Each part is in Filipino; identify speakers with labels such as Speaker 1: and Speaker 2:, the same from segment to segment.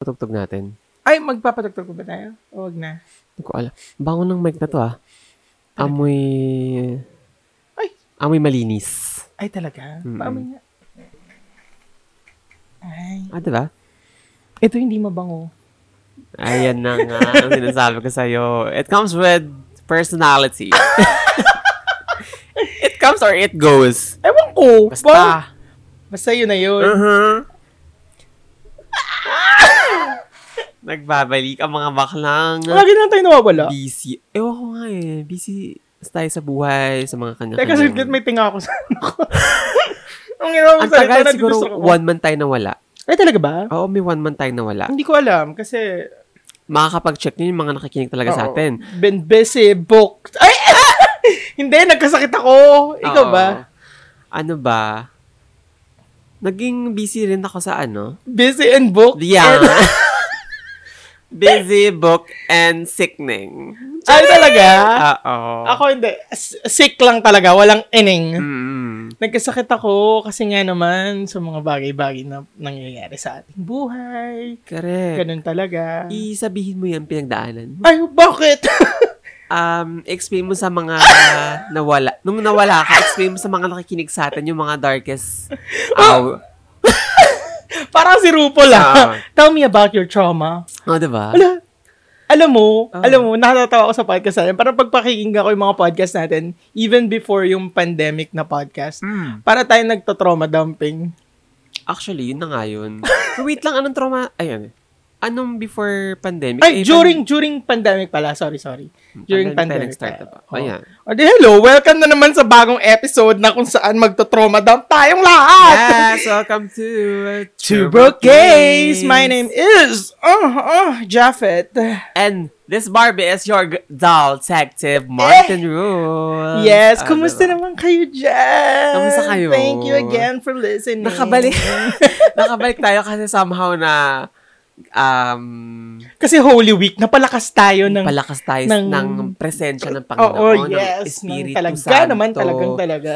Speaker 1: patugtog natin?
Speaker 2: Ay, magpapatugtog ko ba tayo? O, Huwag na.
Speaker 1: Hindi ko alam. Bango ng mic na to ah.
Speaker 2: Ano?
Speaker 1: Amoy...
Speaker 2: Ay.
Speaker 1: Amoy malinis.
Speaker 2: Ay, talaga?
Speaker 1: Mm-mm.
Speaker 2: Paamay nga. Ay.
Speaker 1: Ah, diba?
Speaker 2: Ito hindi mabango.
Speaker 1: Ayan na nga ang sinasabi ko sa'yo. It comes with personality. it comes or it goes.
Speaker 2: Ewan ko. Ba-
Speaker 1: Basta.
Speaker 2: Basta yun na yun.
Speaker 1: Uh-huh. Nagbabalik ang mga baklang.
Speaker 2: Lagi na lang tayo nawawala.
Speaker 1: Busy. Ewan ko nga eh. Busy tayo sa buhay, sa mga kanya
Speaker 2: Teka, saglit may tinga ako sa ano ko. Ang ginawa ko
Speaker 1: Ang
Speaker 2: salita
Speaker 1: tagal
Speaker 2: na di
Speaker 1: siguro
Speaker 2: gusto ko.
Speaker 1: one month tayo nawala.
Speaker 2: Ay, talaga ba?
Speaker 1: Oo, may one month tayo nawala.
Speaker 2: Hindi ko alam kasi...
Speaker 1: Makakapag-check nyo yung mga nakikinig talaga sa
Speaker 2: Oo.
Speaker 1: atin.
Speaker 2: Been busy, booked. Ay! hindi, nagkasakit ako. Ikaw
Speaker 1: Oo.
Speaker 2: ba?
Speaker 1: Ano ba? Naging busy rin ako sa ano?
Speaker 2: Busy and booked?
Speaker 1: Yeah. busy, book, and sickening.
Speaker 2: Ay, talaga?
Speaker 1: Oo.
Speaker 2: Ah. Ako hindi. S- Sick lang talaga. Walang ining.
Speaker 1: Mm-mm.
Speaker 2: Nagkasakit ako kasi nga naman sa mga bagay-bagay na nangyayari sa ating buhay.
Speaker 1: Correct.
Speaker 2: Ganun talaga.
Speaker 1: Isabihin mo yung pinagdaanan.
Speaker 2: Ay, bakit?
Speaker 1: Um, explain mo sa mga nawala. Nung nawala ka, explain mo sa mga nakikinig sa atin yung mga darkest hour.
Speaker 2: Oh. Parang si RuPaul ah.
Speaker 1: Ah.
Speaker 2: Tell me about your trauma.
Speaker 1: Oh, diba?
Speaker 2: Ala, alam mo,
Speaker 1: Ah.
Speaker 2: alam mo, nakatatawa ako sa podcast natin. Parang pagpakikinggan ko yung mga podcast natin, even before yung pandemic na podcast,
Speaker 1: Mm.
Speaker 2: para tayo nagtatrauma dumping.
Speaker 1: Actually, yun na nga yun. Wait lang, anong trauma? Ayun. Anong before pandemic? Eh,
Speaker 2: Ay, during during pandemic pala. Sorry, sorry.
Speaker 1: pan-
Speaker 2: During pandemic. Oh.
Speaker 1: start na ba?
Speaker 2: pala. Oo.
Speaker 1: Ayan.
Speaker 2: O di hello, welcome na naman sa bagong episode na kung saan magto-trauma dump tayong lahat!
Speaker 1: Yes, welcome to uh,
Speaker 2: Two
Speaker 1: Two
Speaker 2: Broke
Speaker 1: Broke Gays.
Speaker 2: Gays! My name is, uh, uh, Japheth.
Speaker 1: And this Barbie is your g- doll detective, Martin Ano? Rule.
Speaker 2: Eh! Yes, kumusta naman kayo dyan?
Speaker 1: Kamusta kayo?
Speaker 2: Thank you again for listening.
Speaker 1: Nakabalik. Nakabalik tayo kasi somehow na um,
Speaker 2: Kasi Holy Week, napalakas tayo ng...
Speaker 1: palakas tayo ng,
Speaker 2: ng-
Speaker 1: presensya ng
Speaker 2: Oo,
Speaker 1: Panginoon, ng
Speaker 2: yes. Ng
Speaker 1: Espiritu
Speaker 2: talaga
Speaker 1: Santo,
Speaker 2: naman, talagang talaga.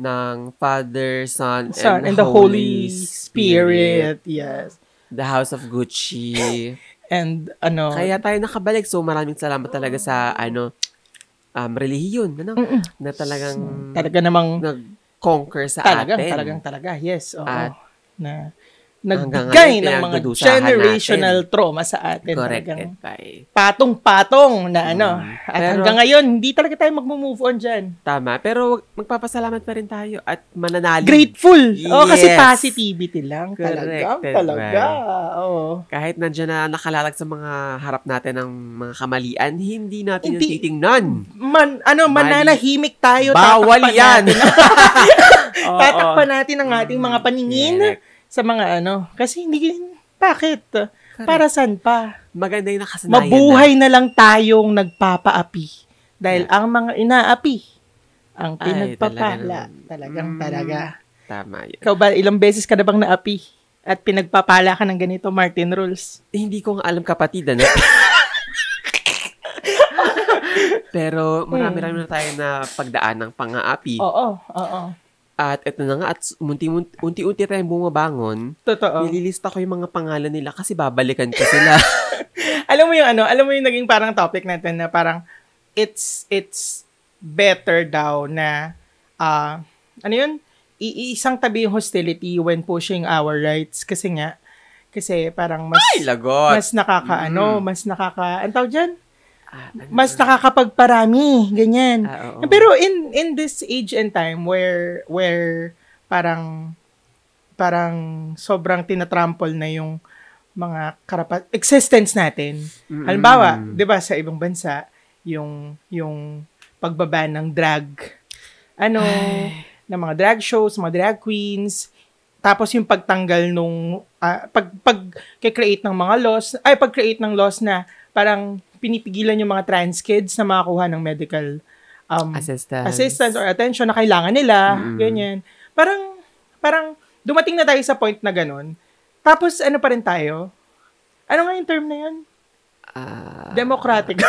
Speaker 1: ng Father, Son,
Speaker 2: Son
Speaker 1: and,
Speaker 2: and the Holy Spirit. Yes.
Speaker 1: The House of Gucci.
Speaker 2: And ano...
Speaker 1: Kaya tayo nakabalik. So, maraming salamat talaga sa, ano, um, relihiyon, ano, na talagang
Speaker 2: talaga namang...
Speaker 1: nag-conquer sa
Speaker 2: Talagang,
Speaker 1: atin.
Speaker 2: talagang, talaga. Yes, oo.
Speaker 1: At-
Speaker 2: na
Speaker 1: Hanggang
Speaker 2: nagbigay
Speaker 1: ngayon,
Speaker 2: ng mga
Speaker 1: pinagdudusahan
Speaker 2: generational trauma sa atin.
Speaker 1: Corrected
Speaker 2: Talagang
Speaker 1: by.
Speaker 2: patong-patong na ano.
Speaker 1: Mm.
Speaker 2: At
Speaker 1: Pero-
Speaker 2: hanggang ngayon, hindi talaga tayo magmo-move on dyan.
Speaker 1: Tama. Pero wag- magpapasalamat pa rin tayo at mananalig.
Speaker 2: Grateful. Oh, kasi
Speaker 1: Yes.
Speaker 2: positivity lang. Talaga,
Speaker 1: Corrected,
Speaker 2: talaga. Oo.
Speaker 1: Kahit nandiyan na nakalalag sa mga harap natin ng mga kamalian, hindi natin
Speaker 2: Hindi.
Speaker 1: yung titignan.
Speaker 2: Man, ano,
Speaker 1: Mali.
Speaker 2: mananahimik tayo.
Speaker 1: Bawal
Speaker 2: tatakpan
Speaker 1: yan.
Speaker 2: natin.
Speaker 1: Oo. Mm,
Speaker 2: tatakpan natin ang ating mga paningin
Speaker 1: Correct.
Speaker 2: sa mga ano. Kasi hindi, bakit? Para saan pa?
Speaker 1: Maganda yung nakasanayan.
Speaker 2: Mabuhay na lang tayong nagpapaapi. Dahil ang mga inaapi, ang
Speaker 1: Ay,
Speaker 2: pinagpapala.
Speaker 1: talaga naman.
Speaker 2: Talagang
Speaker 1: Mm.
Speaker 2: talaga.
Speaker 1: Na. Tama yan.
Speaker 2: Ikaw ba, ilang beses ka na bang naapi? At pinagpapala ka ng ganito, Martin Rules.
Speaker 1: Hindi ko nga alam kapatid, ano? Pero marami-rami
Speaker 2: Hmm.
Speaker 1: na tayo na pagdaan ng pang-aapi.
Speaker 2: Oo, oo.
Speaker 1: At ito na nga, at unti-unti, unti-unti tayong bumabangon.
Speaker 2: Totoo.
Speaker 1: Nililista ko yung mga pangalan nila kasi babalikan ko sila.
Speaker 2: Alam mo yung ano, alam mo yung naging parang topic natin na parang it's it's better daw na ah ano yun? Iisang tabi yung hostility when pushing our rights kasi nga kasi parang mas
Speaker 1: Ay, lagot!
Speaker 2: mas nakakaano,
Speaker 1: Mm.
Speaker 2: mas nakaka, ang tawag dyan?
Speaker 1: Ah, ano?
Speaker 2: Mas nakakapagparami, ganyan.
Speaker 1: Ah, oo.
Speaker 2: Pero in in this age and time where where parang parang sobrang tinatrample na yung mga karapat existence natin.
Speaker 1: Mm-mm.
Speaker 2: Halimbawa, 'di ba sa ibang bansa yung yung pagbaba ng drag ano ng mga drag shows, mga drag queens, tapos yung pagtanggal nung ah, pag pag create ng mga laws, ay pag-create ng laws na parang pinipigilan yung mga trans kids na makakuha ng medical um,
Speaker 1: Assistance.
Speaker 2: assistance or attention na kailangan nila,
Speaker 1: Mm-mm.
Speaker 2: ganyan. Parang parang dumating na tayo sa point na ganun. Tapos ano pa rin tayo? Ano nga yung term na yun?
Speaker 1: Ah,
Speaker 2: Democratic.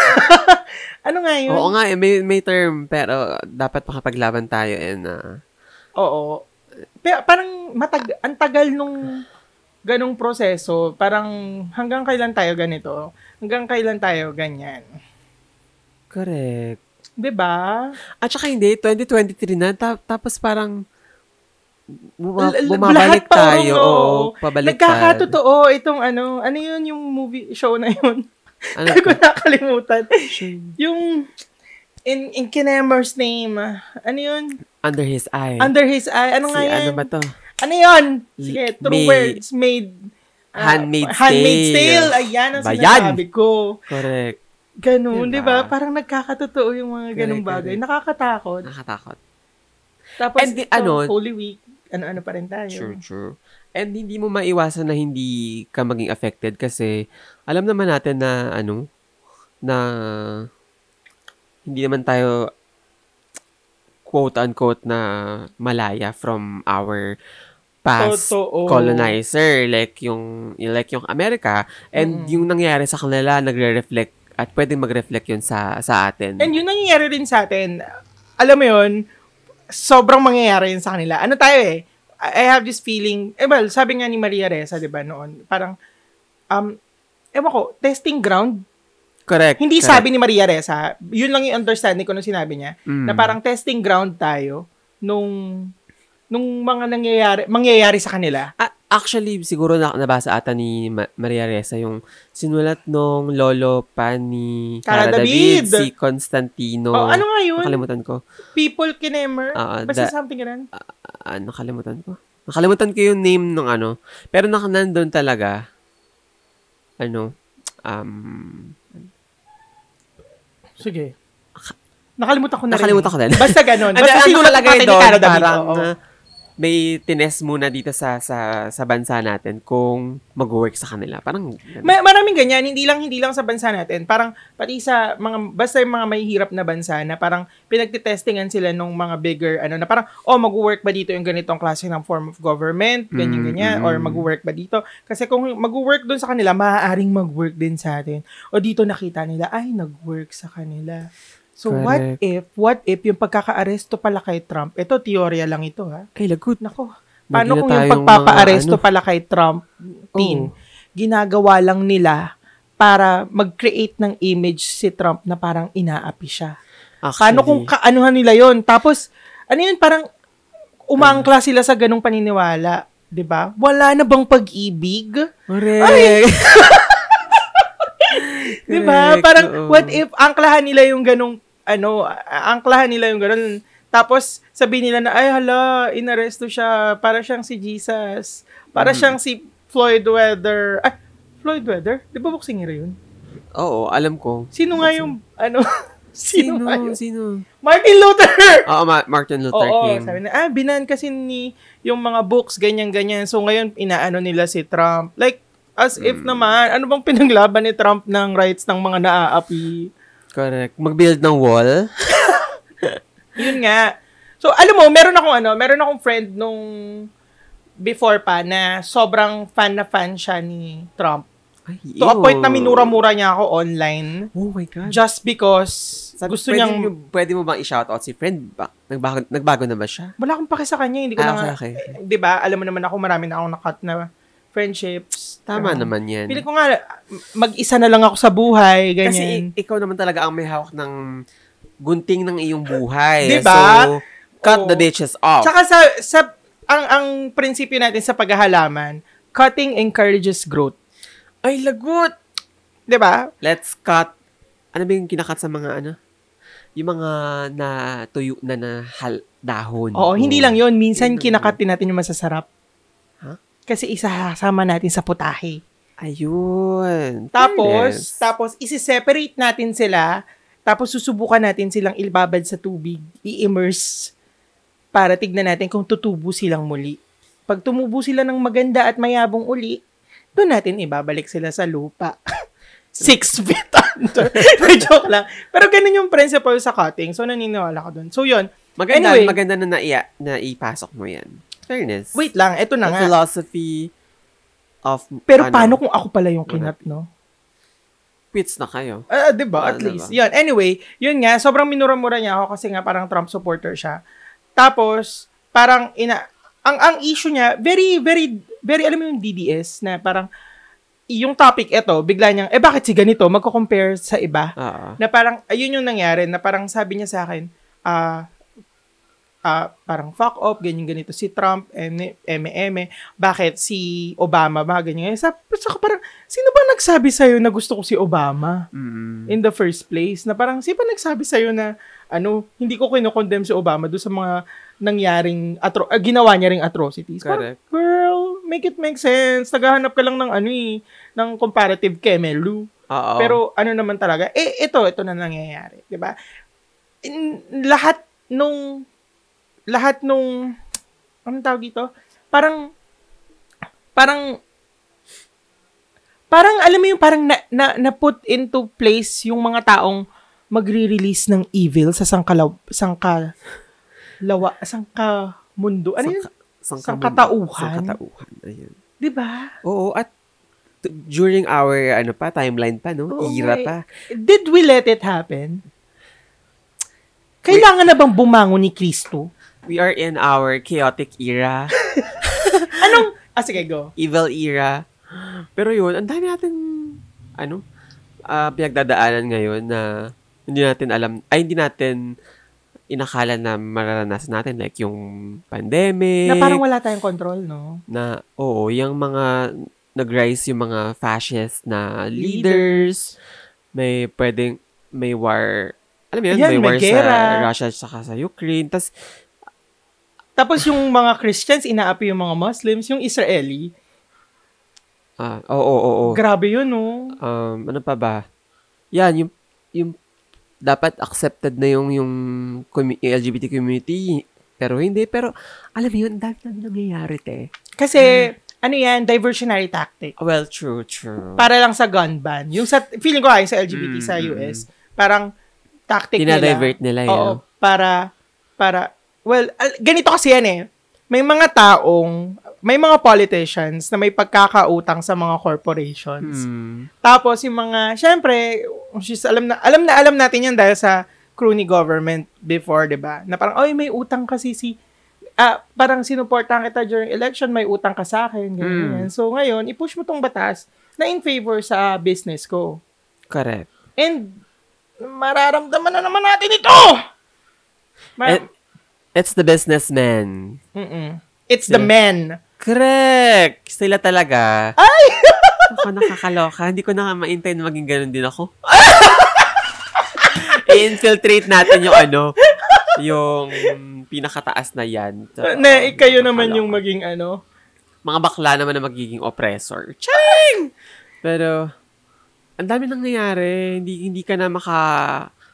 Speaker 2: ano nga yun?
Speaker 1: oo nga, eh, may, may term, pero dapat makapaglaban tayo and ah,
Speaker 2: Oo. Pero parang matag ang tagal nung ganong proseso, parang hanggang kailan tayo ganito, hanggang kailan tayo ganyan.
Speaker 1: Correct.
Speaker 2: 'Di ba?
Speaker 1: At saka hindi, 2023 na, ta- tapos parang buma-
Speaker 2: L- l-
Speaker 1: bumabalik
Speaker 2: lahat pa,
Speaker 1: tayo.
Speaker 2: oo.
Speaker 1: Oo, pabaliktad.
Speaker 2: Nagkakatotoo itong ano, ano yun yung movie show na yun?
Speaker 1: Ano
Speaker 2: Hindi ko
Speaker 1: to?
Speaker 2: nakalimutan. Yung in, in Kinemer's name, ah, ano yun?
Speaker 1: Under his eye.
Speaker 2: Under his eye, ano
Speaker 1: si,
Speaker 2: nga yan?
Speaker 1: ano ba to?
Speaker 2: Ano yun? Sige, true
Speaker 1: May-
Speaker 2: words made. ah,
Speaker 1: Handmaid's
Speaker 2: handmaid's
Speaker 1: Tale.
Speaker 2: tale. Ayan ang
Speaker 1: Bayan.
Speaker 2: sinasabi ko.
Speaker 1: Correct.
Speaker 2: Ganun, di
Speaker 1: Diba?
Speaker 2: ba? Parang nagkakatotoo yung mga ganung
Speaker 1: Correct,
Speaker 2: bagay.
Speaker 1: correct.
Speaker 2: Nakakatakot.
Speaker 1: Nakatakot.
Speaker 2: Tapos
Speaker 1: And the-
Speaker 2: ito,
Speaker 1: ano-
Speaker 2: Holy Week, ano-ano pa rin tayo.
Speaker 1: True, true. And hindi mo maiwasan na hindi ka maging affected kasi alam naman natin na ano, na hindi naman tayo quote-unquote na malaya from our past
Speaker 2: Totoo.
Speaker 1: colonizer like yung like yung Amerika and yung nangyari sa kanila nagre-reflect at pwedeng mag-reflect yun sa sa atin.
Speaker 2: And yun nangyayari rin sa atin. Alam mo yun, sobrang mangyayari yun sa kanila. Ano tayo eh, I I have this feeling, eh well, sabi nga ni Maria Reza, di ba, noon, parang, um, ewan ko, testing ground.
Speaker 1: correct.
Speaker 2: Hindi
Speaker 1: correct.
Speaker 2: sabi ni Maria Reza, yun lang yung understanding ko nung sinabi niya,
Speaker 1: Mm.
Speaker 2: na parang testing ground tayo nung nung mga nangyayari, mangyayari sa kanila.
Speaker 1: A- Ah, actually, siguro na nabasa ata ni Ma- Maria Ressa yung sinulat nung lolo pa ni Cara
Speaker 2: Cara
Speaker 1: David,
Speaker 2: David.
Speaker 1: si Constantino.
Speaker 2: Oh, ano nga yun?
Speaker 1: Nakalimutan ko.
Speaker 2: People kinemer?
Speaker 1: Ah,
Speaker 2: Basta
Speaker 1: da-
Speaker 2: something ganun.
Speaker 1: Ah, nakalimutan ko. Nakalimutan ko yung name ng ano. Pero nak- nandun talaga. Ano? Um,
Speaker 2: Sige. Nakalimutan ko na rin.
Speaker 1: nakalimutan ko din.
Speaker 2: Basta ganun.
Speaker 1: Ano,
Speaker 2: Basta
Speaker 1: ang
Speaker 2: sinulat
Speaker 1: nakalagay
Speaker 2: natin ni
Speaker 1: doon,
Speaker 2: Cara David.
Speaker 1: Parang
Speaker 2: Oo.
Speaker 1: ah, may tines muna dito sa sa sa bansa natin kung mag-work sa kanila. Parang ganun.
Speaker 2: Ma- maraming ganyan, hindi lang hindi lang sa bansa natin. Parang pati sa mga basta yung mga mahihirap na bansa na parang pinagtitestingan sila ng mga bigger ano na parang oh mag-work ba dito yung ganitong klase ng form of government, ganyan
Speaker 1: Mm,
Speaker 2: ganyan
Speaker 1: mm.
Speaker 2: or mag-work ba dito? Kasi kung mag-work doon sa kanila, maaaring mag-work din sa atin. O dito nakita nila ay nag-work sa kanila. So what
Speaker 1: Correct.
Speaker 2: if what if yung pagkakaaresto pala kay Trump? Ito teorya lang ito ha.
Speaker 1: ay lagot.
Speaker 2: Nako.
Speaker 1: Lagi na
Speaker 2: Paano kung yung
Speaker 1: tayong mga
Speaker 2: pagpapaaresto
Speaker 1: ano?
Speaker 2: pala kay Trump
Speaker 1: Oo.
Speaker 2: Tin, ginagawa lang nila para mag-create ng image si Trump na parang inaapi siya. Paano
Speaker 1: Actually,
Speaker 2: kung kaanuhan nila yon Tapos, ano yun, parang umangkla
Speaker 1: Ano?
Speaker 2: sila sa ganong paniniwala. 'di ba? Wala na bang pag-ibig?
Speaker 1: Correct.
Speaker 2: 'Di ba? Parang
Speaker 1: oo.
Speaker 2: what if angklahan nila yung ganong ano, a- angklahan nila yung ganon. Tapos sabihin nila na ay hala, inaresto siya para siyang si Jesus. Para
Speaker 1: Mm-hmm.
Speaker 2: siyang si Floyd Weather. Ay, Floyd Weather? 'Di ba boxing hero yun?
Speaker 1: Oo, alam ko.
Speaker 2: Sino nga yung ano? Sino,
Speaker 1: Sino?
Speaker 2: nga yun?
Speaker 1: Sino?
Speaker 2: Martin Luther.
Speaker 1: Oo, Ma- Martin Luther
Speaker 2: Oo,
Speaker 1: King.
Speaker 2: sabi na, ah, binan kasi ni yung mga books, ganyan-ganyan. So, ngayon, inaano nila si Trump. Like, as if
Speaker 1: Hmm.
Speaker 2: naman, ano bang pinaglaban ni Trump ng rights ng mga naaapi?
Speaker 1: Correct. Mag-build ng wall.
Speaker 2: Yun nga. So, alam mo, meron akong ano, meron akong friend nung before pa na sobrang fan na fan siya ni Trump.
Speaker 1: Ay,
Speaker 2: To a
Speaker 1: ew.
Speaker 2: point na minura-mura niya ako online
Speaker 1: Oh my God.
Speaker 2: just because
Speaker 1: Sabi-
Speaker 2: gusto
Speaker 1: pwede
Speaker 2: niyang...
Speaker 1: mo, pwede mo bang i-shoutout si friend? Ba- nagbago, nagbago na ba siya?
Speaker 2: Wala akong pake sa kanya, hindi ko
Speaker 1: Ah,
Speaker 2: na nga...
Speaker 1: okay, okay.
Speaker 2: eh, 'Di ba? Alam mo naman ako, marami na akong nakat na friendships.
Speaker 1: Tama
Speaker 2: Pero,
Speaker 1: naman yan.
Speaker 2: Pili ko nga, mag-isa na lang ako sa buhay,
Speaker 1: Kasi
Speaker 2: ganyan.
Speaker 1: i- ikaw naman talaga ang may hawak ng gunting ng iyong buhay.
Speaker 2: Di ba?
Speaker 1: So, cut
Speaker 2: Oo.
Speaker 1: the ditches off.
Speaker 2: Tsaka sa, sa, ang, ang prinsipyo natin sa paghahalaman, cutting encourages growth.
Speaker 1: Ay, lagot!
Speaker 2: 'Di ba?
Speaker 1: Let's cut. Ano ba yung kinakat sa mga ano? Yung mga na tuyo na na hal, dahon.
Speaker 2: Oo, hindi lang yon Minsan
Speaker 1: Mm. Yun lang
Speaker 2: kinakat din natin yung masasarap.
Speaker 1: Ha?
Speaker 2: Kasi isasama natin sa putahe.
Speaker 1: Ayun.
Speaker 2: Tapos,
Speaker 1: Fairness.
Speaker 2: tapos isi-separate natin sila, tapos susubukan natin silang ilbabad sa tubig, i-immerse, para tignan natin kung tutubo silang muli. Pag tumubo sila ng maganda at mayabong uli, doon natin ibabalik sila sa lupa. Six feet under. Joke lang. Pero ganun yung principle sa cutting. So, naniniwala ko doon. So, yun.
Speaker 1: maganda,
Speaker 2: anyway.
Speaker 1: maganda na naia, naipasok mo yan. Fairness.
Speaker 2: Wait lang. Ito na
Speaker 1: The
Speaker 2: nga.
Speaker 1: philosophy of...
Speaker 2: Pero
Speaker 1: ano,
Speaker 2: paano kung ako pala yung kinat, no?
Speaker 1: Quits na kayo.
Speaker 2: Ah, 'di ba? At
Speaker 1: Ah, 'di
Speaker 2: least.
Speaker 1: ba?
Speaker 2: 'Yun. Anyway, 'yun nga, sobrang minura-mura niya ako kasi nga parang Trump supporter siya. Tapos, parang ina ang ang issue niya, very very very alam mo yung DDS na parang yung topic eto, bigla niyang eh bakit si ganito magko-compare sa iba?
Speaker 1: Oo.
Speaker 2: Na parang ayun yung nangyari na parang sabi niya sa akin, ah ah, parang fuck up, ganyan ganito si Trump, eme, eme, eme. bakit si Obama ba, ganyan. ganyan. Sa, sa, parang, sino ba nagsabi sa'yo na gusto ko si Obama?
Speaker 1: Mm.
Speaker 2: in the first place na parang siya pa nagsabi sa na ano hindi ko kinokondemn si Obama do sa mga nangyaring atro ah, ginawa niya ring atrocities. Parang,
Speaker 1: Correct.
Speaker 2: girl, make it make sense. Naghahanap ka lang ng ano eh, ng comparative kemelu.
Speaker 1: Oo.
Speaker 2: Pero ano naman talaga, eh ito, ito na nangyayari, 'di ba? In- Lahat nung lahat nung anong tawag dito? Parang parang parang alam mo yung parang na, na, na put into place yung mga taong magre-release ng evil sa sangkalaw sangka lawa sangka mundo. Ano yun? sangkatauhan.
Speaker 1: Sangkatauhan. Ayun.
Speaker 2: 'Di ba?
Speaker 1: Oo, at t- during our ano pa, timeline pa, no?
Speaker 2: Oo
Speaker 1: Era
Speaker 2: nga eh.
Speaker 1: pa.
Speaker 2: Did we let it happen? Kailangan na bang bumangon ni Kristo?
Speaker 1: We are in our chaotic era,
Speaker 2: Anong, ah sige, go.
Speaker 1: evil era. Pero yun, ang dami natin, ano, ah, pinagdadaanan ngayon na hindi natin alam, ay hindi natin inakala na mararanasan natin. Like yung pandemic.
Speaker 2: Na parang wala tayong control, no?
Speaker 1: na, oo, yung mga nag-rise yung mga fascist na leaders, may pwedeng, may war, alam mo yun,
Speaker 2: Yan,
Speaker 1: may
Speaker 2: may
Speaker 1: war
Speaker 2: gera.
Speaker 1: sa Russia at sa Ukraine. Tapos,
Speaker 2: Tapos yung mga Christians, inaapi yung mga Muslims, yung Israeli.
Speaker 1: ah, oo, oo, oo.
Speaker 2: Grabe yun, no?
Speaker 1: Um, ano pa ba? Yan, yung, yung, dapat accepted na yung, yung, commu- yung LGBT community. Pero hindi, pero, alam mo yun, dami dami nangyayari, te.
Speaker 2: Kasi, ano yan, diversionary tactic.
Speaker 1: Well, true, true.
Speaker 2: Para lang sa gun ban. Yung sa, feeling ko ay sa LGBT sa
Speaker 1: Mm,
Speaker 2: US, parang tactic
Speaker 1: Dinadivert nila, yun.
Speaker 2: Oo, para, para, well, al- ganito kasi yan eh. May mga taong, may mga politicians na may pagkakautang sa mga corporations.
Speaker 1: Mm.
Speaker 2: Tapos yung mga, syempre, she's, alam na alam na alam natin yan dahil sa crony government before, 'di ba? Na parang, "Oy, may utang kasi si ah, parang sinuportahan kita during election, may utang ka sa akin." Ganyan,
Speaker 1: Mm.
Speaker 2: ganyan. So ngayon, i-push mo tong batas na in favor sa business ko.
Speaker 1: Correct.
Speaker 2: And mararamdaman na naman natin ito.
Speaker 1: And- Eh, It's the businessman.
Speaker 2: Mm-mm. It's the men.
Speaker 1: Correct! Sila talaga.
Speaker 2: Ay!
Speaker 1: Ako nakakaloka. Hindi ko na nga maintay na maging ganun din ako. I-infiltrate natin yung ano, yung pinakataas na yan. So,
Speaker 2: na eh, kayo naman
Speaker 1: nakakaloka.
Speaker 2: yung maging ano.
Speaker 1: Mga bakla naman na magiging oppressor. Ching! Pero, ang dami nang nangyayari. Hindi, hindi ka na maka...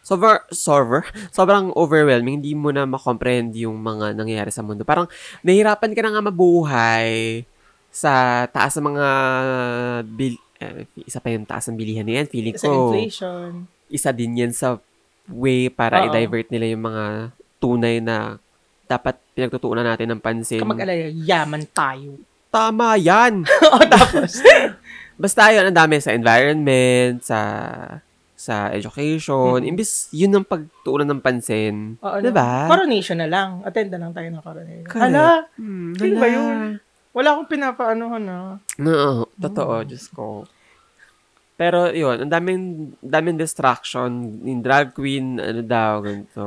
Speaker 1: Sober, sober, sobrang overwhelming. Hindi mo na makomprehend yung mga nangyayari sa mundo. Parang nahirapan ka na nga mabuhay sa taas ng mga... Bil- eh, isa pa yung taas ng bilihan na yan. Feeling
Speaker 2: Sa
Speaker 1: ko,
Speaker 2: inflation.
Speaker 1: isa din yan sa way para
Speaker 2: Oo.
Speaker 1: i-divert nila yung mga tunay na dapat pinagtutuunan natin ng pansin.
Speaker 2: Kamag-alala, yaman tayo.
Speaker 1: Tama yan!
Speaker 2: o tapos,
Speaker 1: Basta yun, ang dami sa environment, sa sa education. Imbis, yun ang pagtuunan ng pansin.
Speaker 2: Mm-hmm. Oo, no?
Speaker 1: diba?
Speaker 2: Coronation na lang. Attend na lang tayo ng coronation.
Speaker 1: Correct.
Speaker 2: Ala,
Speaker 1: Hmm,
Speaker 2: Sino ba
Speaker 1: wala.
Speaker 2: yun? Mm. wala akong ah. pinapaanohan na.
Speaker 1: No, totoo, Diyos ko. Pero yun, ang daming, daming distraction. Yung drag queen, ano daw, ganito.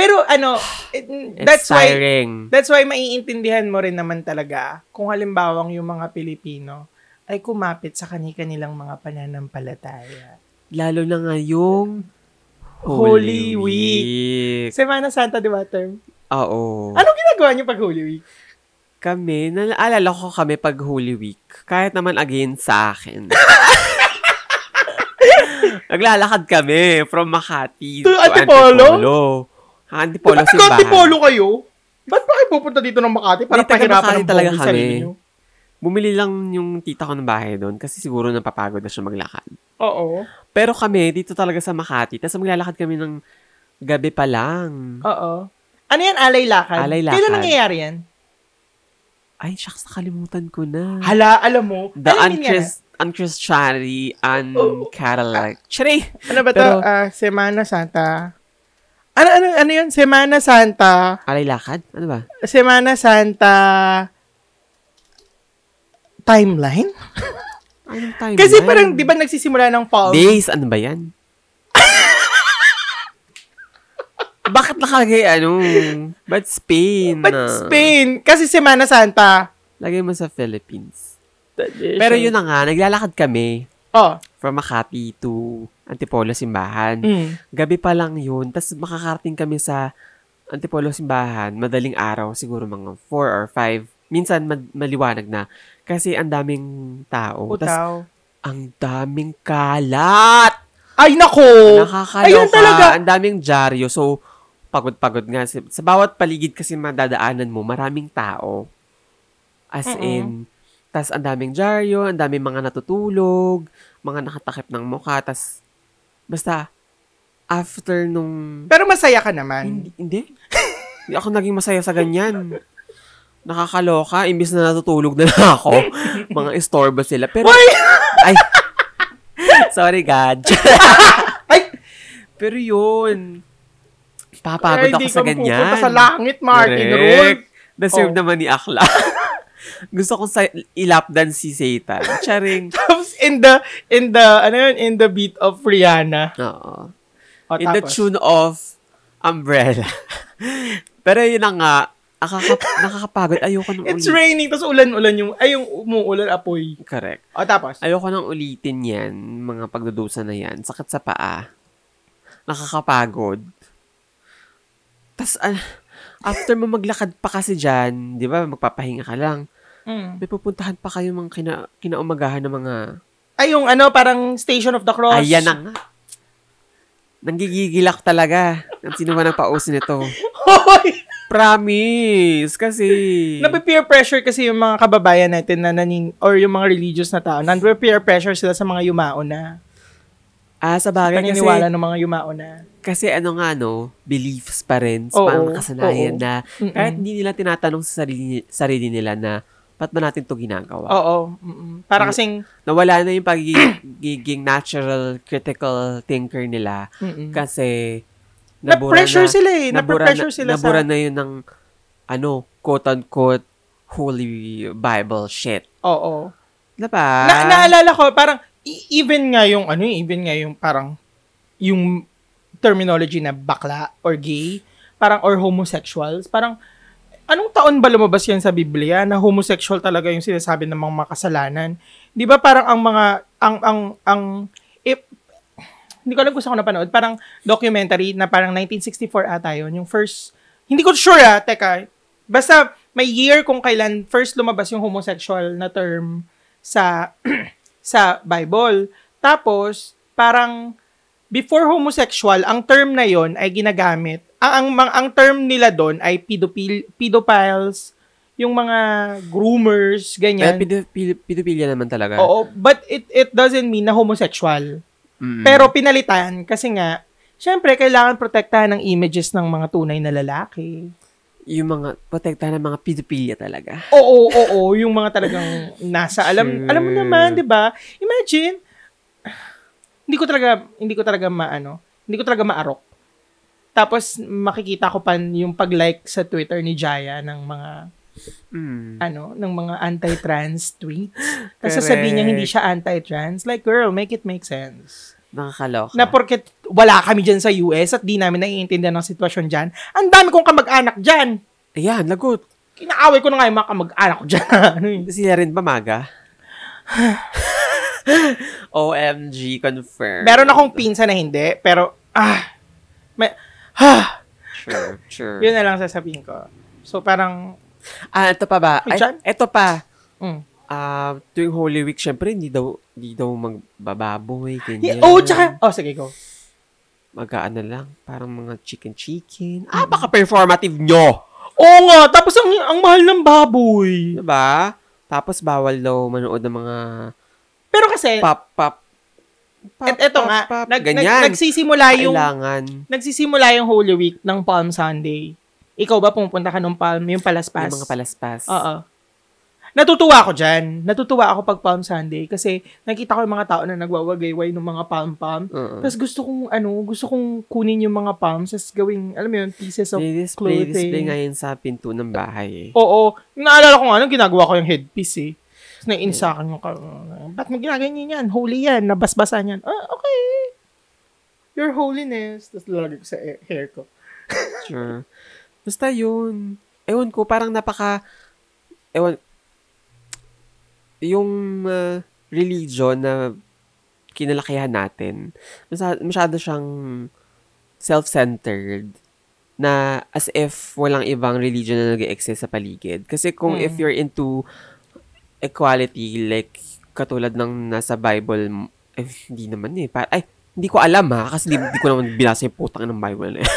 Speaker 2: Pero ano, it-
Speaker 1: It's
Speaker 2: that's why,
Speaker 1: tiring.
Speaker 2: that's why maiintindihan mo rin naman talaga kung halimbawang yung mga Pilipino ay kumapit sa kani-kanilang mga pananampalataya.
Speaker 1: Lalo na nga yung
Speaker 2: Holy
Speaker 1: Week.
Speaker 2: Semana Santa, di ba, term?
Speaker 1: Oo.
Speaker 2: Anong ginagawa niyo pag Holy Week?
Speaker 1: Kami, naalala ko kami pag Holy Week. Kahit naman again sa akin. Naglalakad kami from Makati
Speaker 2: To Antipolo?
Speaker 1: Antipolo
Speaker 2: Ba't
Speaker 1: simbahan.
Speaker 2: Antipolo kayo? Ba't ba kayo pupunta dito ng Makati para
Speaker 1: Hindi, taga Makati
Speaker 2: pahirapan ng
Speaker 1: talaga
Speaker 2: buhay
Speaker 1: kami.
Speaker 2: sarili niyo?
Speaker 1: Bumili lang yung tita ko ng bahay doon kasi siguro napapagod na siya maglakad.
Speaker 2: Oo.
Speaker 1: Pero kami, dito talaga sa Makati. Tapos maglalakad kami ng gabi pa lang.
Speaker 2: Oo. Ano yan, alay lakad?
Speaker 1: Alay
Speaker 2: Kailan
Speaker 1: lakad.
Speaker 2: nangyayari yan?
Speaker 1: Ay, shucks, nakalimutan ko na.
Speaker 2: Hala, alam mo.
Speaker 1: The
Speaker 2: alamin ano nga na.
Speaker 1: unchrist, unchristianity,
Speaker 2: Oh.
Speaker 1: un-Catholic. Chari!
Speaker 2: Ano ba to?
Speaker 1: Pero-
Speaker 2: Ah, Semana Santa. Ano, ano, ano yun? Semana Santa.
Speaker 1: Alay lakad? Ano ba?
Speaker 2: Semana Santa timeline?
Speaker 1: Anong time
Speaker 2: Kasi
Speaker 1: yan?
Speaker 2: parang, di ba nagsisimula ng fall?
Speaker 1: Days, ano ba yan? Bakit nakalagay ano? Ba't Spain?
Speaker 2: But
Speaker 1: ah?
Speaker 2: Spain, kasi Semana Santa.
Speaker 1: Lagay mo sa Philippines. Pero yun na nga, naglalakad kami
Speaker 2: Oh.
Speaker 1: from Makati to Antipolo Simbahan.
Speaker 2: Mm.
Speaker 1: Gabi pa lang yun. Tapos makakarating kami sa Antipolo Simbahan, madaling araw, siguro mga 4 or 5. Minsan mad- maliwanag na. Kasi ang daming tao. Tas,
Speaker 2: Utaw.
Speaker 1: ang daming kalat!
Speaker 2: Ay, nako!
Speaker 1: Nakakaloka.
Speaker 2: Ayun talaga.
Speaker 1: Ang daming dyaryo. So, pagod-pagod nga. Sa sa bawat paligid kasi madadaanan mo, maraming tao. As
Speaker 2: Mm-mm.
Speaker 1: in, tas ang daming dyaryo, ang daming mga natutulog, mga nakatakip ng mukha, tas basta after nung...
Speaker 2: Pero masaya ka
Speaker 1: Hindi,
Speaker 2: naman.
Speaker 1: hindi. Hindi ako naging masaya sa ganyan. Nakakaloka. Imbis na natutulog na lang ako. Mga istorbo sila. Pero,
Speaker 2: Uy!
Speaker 1: ay, sorry God.
Speaker 2: Ay!
Speaker 1: Pero yun, papagod
Speaker 2: ay,
Speaker 1: ako
Speaker 2: di
Speaker 1: sa
Speaker 2: ka
Speaker 1: ganyan.
Speaker 2: mapupunta sa langit, Martin Rule.
Speaker 1: Correct. Deserve
Speaker 2: Oh.
Speaker 1: naman ni Akla. Gusto ko sa ilapdan si Satan. Charing.
Speaker 2: Tapos in the, in the, ano yun, in the beat of Rihanna.
Speaker 1: Oo.
Speaker 2: O,
Speaker 1: In the
Speaker 2: tapos,
Speaker 1: tune of Umbrella. Pero yun na nga, nakaka- nakakapagod. Ayoko nang
Speaker 2: It's
Speaker 1: ulitin.
Speaker 2: raining, tapos ulan-ulan yung, ay, yung umuulan apoy.
Speaker 1: Correct.
Speaker 2: O, tapos,
Speaker 1: Ayoko nang ulitin yan, mga pagdudusa na yan. Sakit sa paa. Nakakapagod. Tapos, after mo maglakad pa kasi dyan, di ba, magpapahinga ka lang,
Speaker 2: mm.
Speaker 1: may pupuntahan pa kayo mga kina, kinaumagahan ng mga...
Speaker 2: ay, yung ano, parang Station of the Cross.
Speaker 1: Ayan na nga. Nanggigigilak talaga. Ang sino ba nang pausin nito?
Speaker 2: Hoy!
Speaker 1: Promise! Kasi...
Speaker 2: Nape-peer pressure kasi yung mga kababayan natin na nanin, or yung mga religious na tao. Nandwe-peer pressure sila sa mga yumao na.
Speaker 1: ah, sa bagay kasi...
Speaker 2: Paniniwala ng mga yumao na.
Speaker 1: Kasi ano nga no, beliefs pa rin sa
Speaker 2: Oo,
Speaker 1: mga kasanayan
Speaker 2: oo.
Speaker 1: na
Speaker 2: Mm-mm.
Speaker 1: kahit hindi nila tinatanong sa sarili, sarili nila na ba't ba natin to ginagawa?
Speaker 2: Oo. mm-mm. Para kasing,
Speaker 1: Nawala na yung pagiging natural critical thinker nila
Speaker 2: mm-mm.
Speaker 1: kasi
Speaker 2: Na-pressure sila eh.
Speaker 1: nabura
Speaker 2: Na-pressure
Speaker 1: na-
Speaker 2: sila
Speaker 1: nabura
Speaker 2: sa...
Speaker 1: na yun ng ano, quote-unquote holy bible shit.
Speaker 2: Oo.
Speaker 1: Diba?
Speaker 2: Na, naalala ko, parang, e- even nga yung, ano eh, even nga yung parang, yung terminology na bakla or gay, parang, or homosexuals, parang, anong taon ba lumabas yan sa Biblia na homosexual talaga yung sinasabi ng mga makasalanan? Di ba parang ang mga, ang, ang, ang, if, hindi ko alam kung saan ko napanood, parang documentary na parang 1964 ata yun, yung first, hindi ko sure ah, teka, basta may year kung kailan first lumabas yung homosexual na term sa sa Bible. Tapos, parang before homosexual, ang term na yon ay ginagamit. Ang, ang, mang- ang term nila doon ay pedopil, pedophiles, yung mga groomers,
Speaker 1: Pero
Speaker 2: ganyan.
Speaker 1: pedo- pil- pedophilia naman talaga.
Speaker 2: Oo, but it it doesn't mean na homosexual.
Speaker 1: Mm-mm.
Speaker 2: Pero pinalitan kasi nga, syempre kailangan protektahan ng images ng mga tunay na lalaki.
Speaker 1: yung mga protektahan ng mga pedophilia talaga.
Speaker 2: Oo, oo, oo, yung mga talagang nasa alam
Speaker 1: Sure.
Speaker 2: alam mo naman, 'di ba? Imagine hindi ko talaga hindi ko talaga maano, hindi ko talaga maarok. Tapos makikita ko pa yung pag-like sa Twitter ni Jaya ng mga
Speaker 1: Mm.
Speaker 2: ano, ng mga anti-trans tweets. Tapos
Speaker 1: Correct.
Speaker 2: sasabihin niya hindi siya anti-trans. Like, girl, make it make sense.
Speaker 1: Nakakaloka.
Speaker 2: Na porket wala kami dyan sa US at di namin naiintindihan ang sitwasyon dyan, ang dami kong kamag-anak dyan.
Speaker 1: Ayan, lagot.
Speaker 2: Kinaaway ko na nga yung mga kamag-anak ko dyan. Ano yun?
Speaker 1: Sila rin pamaga. OMG, confirm.
Speaker 2: Meron akong pinsa na hindi, pero, ah, may, ha,
Speaker 1: Sure, sure.
Speaker 2: yun na lang sasabihin ko. So, parang,
Speaker 1: Ah, ito pa ba?
Speaker 2: Ay, dyan?
Speaker 1: ito pa.
Speaker 2: mm.
Speaker 1: Ah, tuwing Holy Week, syempre, hindi daw, hindi daw magbababoy,
Speaker 2: Y-
Speaker 1: ganyan.
Speaker 2: oh, tsaka, oh, sige, go.
Speaker 1: Mag-ano lang, parang mga chicken-chicken. Ah, baka performative nyo!
Speaker 2: Oo nga, tapos ang, ang mahal ng baboy.
Speaker 1: Diba? Tapos bawal daw manood ng mga
Speaker 2: Pero kasi,
Speaker 1: pop-pop.
Speaker 2: Eh, et, eto nga, nag, nag-
Speaker 1: ganyan.
Speaker 2: nagsisimula yung,
Speaker 1: Kailangan.
Speaker 2: nagsisimula yung Holy Week ng Palm Sunday. Ikaw ba pumupunta ka ng Palm, yung palaspas?
Speaker 1: Yung mga palaspas.
Speaker 2: Oo. natutuwa ako dyan. Natutuwa ako pag Palm Sunday kasi nakita ko yung mga tao na nagwawagayway ng mga palm-palm.
Speaker 1: Oo.
Speaker 2: Tapos gusto kong, ano, gusto kong kunin yung mga palms as gawing, alam mo yun, pieces of
Speaker 1: Di-display,
Speaker 2: clothing.
Speaker 1: display ngayon sa pinto ng bahay eh.
Speaker 2: Oo. Naalala ko nga, nung ginagawa ko yung headpiece eh. Tapos
Speaker 1: Mm.
Speaker 2: naiinsakan yung, ka- ba't mo ginaganyan yan? Holy yan, nabasbasan yan. Ah, okay. Your holiness. Tapos lalagay ko sa eh, hair ko.
Speaker 1: Sure. Basta yun. Ewan ko, parang napaka, ewan, yung uh, religion na kinalakihan natin, masyado, masyado siyang self-centered na as if walang ibang religion na nag exist sa paligid. Kasi kung
Speaker 2: Mm.
Speaker 1: if you're into equality, like katulad ng nasa Bible, m- eh, hindi naman eh. Par- ay, hindi ko alam ha, kasi hindi, ko naman binasa yung putang ng Bible eh.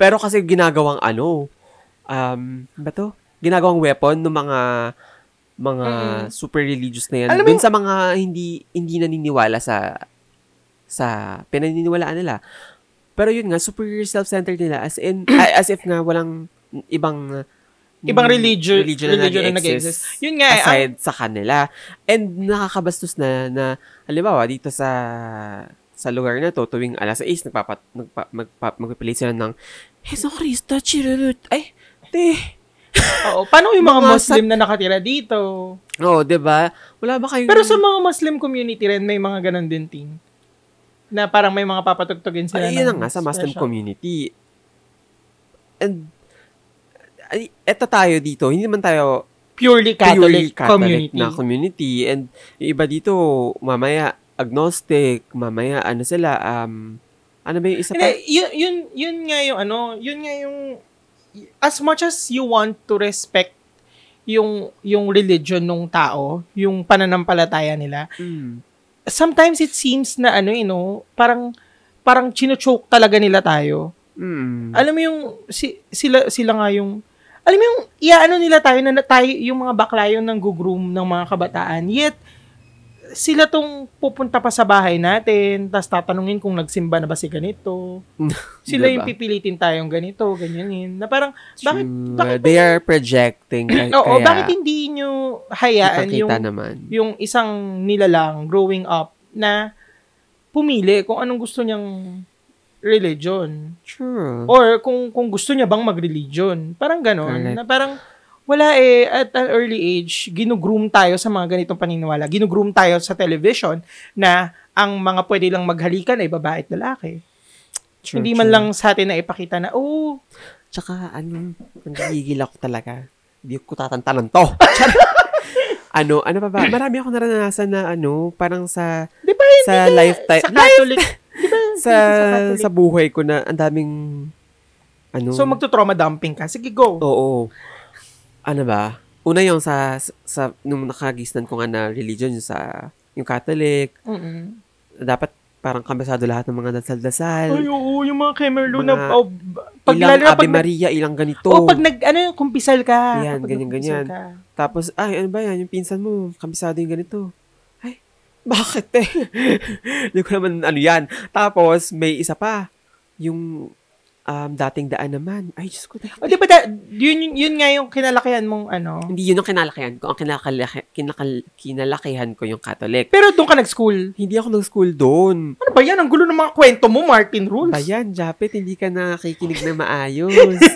Speaker 1: Pero kasi ginagawang ano, um, ba to? Ginagawang weapon ng mga mga
Speaker 2: Mm-mm.
Speaker 1: super religious na yan.
Speaker 2: Alam mo
Speaker 1: Dun
Speaker 2: yung-
Speaker 1: sa mga hindi hindi naniniwala sa sa pinaniniwalaan nila. Pero yun nga, super self-centered nila. As in, ay, as if nga walang ibang mm,
Speaker 2: Ibang religion, religion, na,
Speaker 1: nag-exist
Speaker 2: nag-exist. Yun nga eh. ang-
Speaker 1: aside sa kanila. And nakakabastos na na halimbawa dito sa sa lugar na to tuwing alas 6 nagpapa nagpa, magpa, magpipilit sila ng Heso Cristo chirurut. Ay, te.
Speaker 2: oo, paano yung mga
Speaker 1: Mga
Speaker 2: Muslim na nakatira dito?
Speaker 1: Oh, 'di ba? Wala ba kayong
Speaker 2: Pero sa mga Muslim community rin, may mga ganun din team. Na parang may mga papatugtugin sila.
Speaker 1: Ay,
Speaker 2: ng
Speaker 1: yun na nga sa Muslim
Speaker 2: special.
Speaker 1: community. And ay, eto tayo dito. Hindi man tayo
Speaker 2: Purely Catholic,
Speaker 1: Catholic,
Speaker 2: community.
Speaker 1: na community. And yung iba dito, mamaya agnostic, mamaya ano sila, um, ano ba yung isa pa?
Speaker 2: Hindi, yun, yun, yun nga yung ano, yun nga yung, as much as you want to respect yung yung religion ng tao, yung pananampalataya nila,
Speaker 1: Mm.
Speaker 2: sometimes it seems na ano you know, parang parang chinochoke talaga nila tayo.
Speaker 1: Mm.
Speaker 2: Alam mo yung si, sila sila nga yung alam mo yung iaano nila tayo na na- tayo yung mga baklayon ng gugroom ng mga kabataan. Yet sila tong pupunta pa sa bahay natin, tapos tatanungin kung nagsimba na ba si ganito. Sila yung
Speaker 1: Diba?
Speaker 2: pipilitin tayong ganito, ganyanin. Na parang, bakit,
Speaker 1: True.
Speaker 2: bakit,
Speaker 1: they are projecting. Kaya,
Speaker 2: oo,
Speaker 1: kaya
Speaker 2: bakit hindi nyo hayaan yung,
Speaker 1: ipakita naman.
Speaker 2: yung isang nilalang growing up na pumili kung anong gusto niyang religion.
Speaker 1: True.
Speaker 2: Or kung kung gusto niya bang mag-religion. Parang ganon.
Speaker 1: Correct.
Speaker 2: Na parang, wala eh, at an early age, ginugroom tayo sa mga ganitong paniniwala. Ginugroom tayo sa television na ang mga pwede lang maghalikan ay babae at lalaki.
Speaker 1: True,
Speaker 2: Hindi man
Speaker 1: true.
Speaker 2: lang sa atin na ipakita na, oh,
Speaker 1: Tsaka, ano, nagigigil ako talaga. Hindi ko tatantanan to. ano, ano pa ba? Marami akong naranasan na, ano, parang sa,
Speaker 2: Di ba hindi
Speaker 1: sa
Speaker 2: ka-
Speaker 1: lifetime,
Speaker 2: Sa Catholic. Di ba?
Speaker 1: sa,
Speaker 2: Catholic?
Speaker 1: sa buhay ko na ang daming, ano,
Speaker 2: so, magto-trauma dumping ka. Sige, go.
Speaker 1: Oo. Ano ba? Una yung sa, sa nung nakagisnan ko nga na religion yung sa yung Catholic,
Speaker 2: Mm-mm.
Speaker 1: dapat parang kabisado lahat ng mga
Speaker 2: Ay,
Speaker 1: dasal-dasal.
Speaker 2: oo, yung mga Kemerlo na...
Speaker 1: Mga
Speaker 2: Oh, pag
Speaker 1: ilang
Speaker 2: lalo na
Speaker 1: Ave
Speaker 2: pag, nag-
Speaker 1: Maria, ilang ganito.
Speaker 2: oh, pag nag... Ano yung kumpisal ka.
Speaker 1: Ayan,
Speaker 2: Kapag
Speaker 1: ganyan,
Speaker 2: kumpisal
Speaker 1: ganyan.
Speaker 2: ka.
Speaker 1: Tapos, ay, ano ba yan? Yung pinsan mo, kabisado yung ganito. Ay, bakit eh? Hindi ko naman ano yan. Tapos, may isa pa. Yung um, dating daan naman. Ay, Diyos ko.
Speaker 2: O, Oh, di ba, da- yun, yun, yun nga yung kinalakihan mong ano.
Speaker 1: Hindi yun ang kinalakihan ko. Ang kinalaki, kinakal, kinalakihan ko yung Catholic.
Speaker 2: Pero doon ka nag-school.
Speaker 1: Hindi ako nag-school doon.
Speaker 2: Ano ba yan? Ang gulo ng mga kwento mo, Martin Rules.
Speaker 1: Bayan, Japet, hindi ka nakikinig na maayos.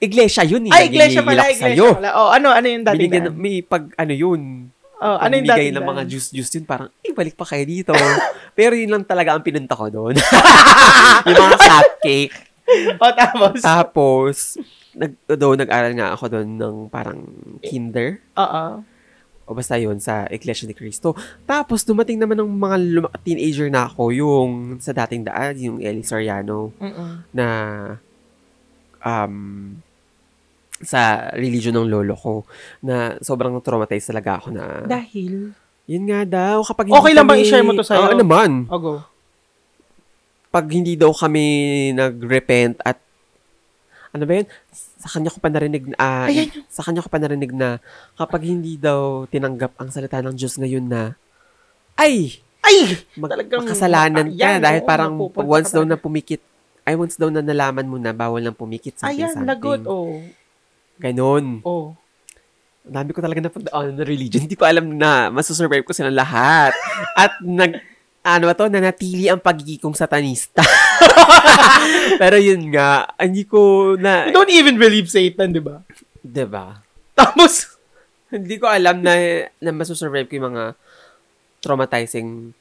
Speaker 1: iglesia yun eh.
Speaker 2: Ay, Ah, iglesia
Speaker 1: Nangingilak
Speaker 2: pala, iglesia
Speaker 1: sa'yo.
Speaker 2: pala. Oh, ano, ano yung dating
Speaker 1: Binigyan,
Speaker 2: daan?
Speaker 1: may pag ano yun.
Speaker 2: Oh, ano yung
Speaker 1: bigay
Speaker 2: dating
Speaker 1: ng
Speaker 2: daan?
Speaker 1: mga juice-juice yun, parang, eh, balik pa kayo dito. Pero yun lang talaga ang pinunta ko doon. yung mga cupcake.
Speaker 2: Oh, tapos.
Speaker 1: Tapos, nag, doon, nag-aral nga ako doon ng parang kinder.
Speaker 2: Oo.
Speaker 1: O basta yun, sa Iglesia ni Cristo. Tapos, dumating naman ng mga luma- teenager na ako, yung sa dating daan, yung Eli Soriano.
Speaker 2: Mm-mm.
Speaker 1: na um, sa religion ng lolo ko na sobrang traumatized talaga ako na
Speaker 2: Dahil.
Speaker 1: yun nga daw kapag
Speaker 2: Okay lang bang i-share mo to sa'yo?
Speaker 1: Oo naman.
Speaker 2: Oh, go.
Speaker 1: Pag hindi daw kami nagrepent at ano ba yun? Sa kanya ko pa narinig na ah,
Speaker 2: Ayan
Speaker 1: sa kanya ko pa narinig na kapag hindi daw tinanggap ang salita ng Diyos ngayon na ay
Speaker 2: Ay!
Speaker 1: mag-
Speaker 2: Talagang
Speaker 1: makasalanan ka
Speaker 2: matayan,
Speaker 1: dahil
Speaker 2: oo,
Speaker 1: parang
Speaker 2: napupunta
Speaker 1: once
Speaker 2: ka
Speaker 1: daw na pumikit, ay once daw na nalaman mo na bawal nang pumikit something,
Speaker 2: Ayan,
Speaker 1: something.
Speaker 2: lagot. Oh,
Speaker 1: Ganon.
Speaker 2: oh.
Speaker 1: dami ko talaga napunta on the religion. Hindi ko alam na masusurvive ko silang lahat. At nag, ano ba to, nanatili ang pagiging kong satanista. Pero yun nga, hindi ko na,
Speaker 2: You don't even believe Satan, di ba?
Speaker 1: 'di ba?
Speaker 2: Tapos,
Speaker 1: Hindi ko alam na, na masusurvive ko yung mga traumatizing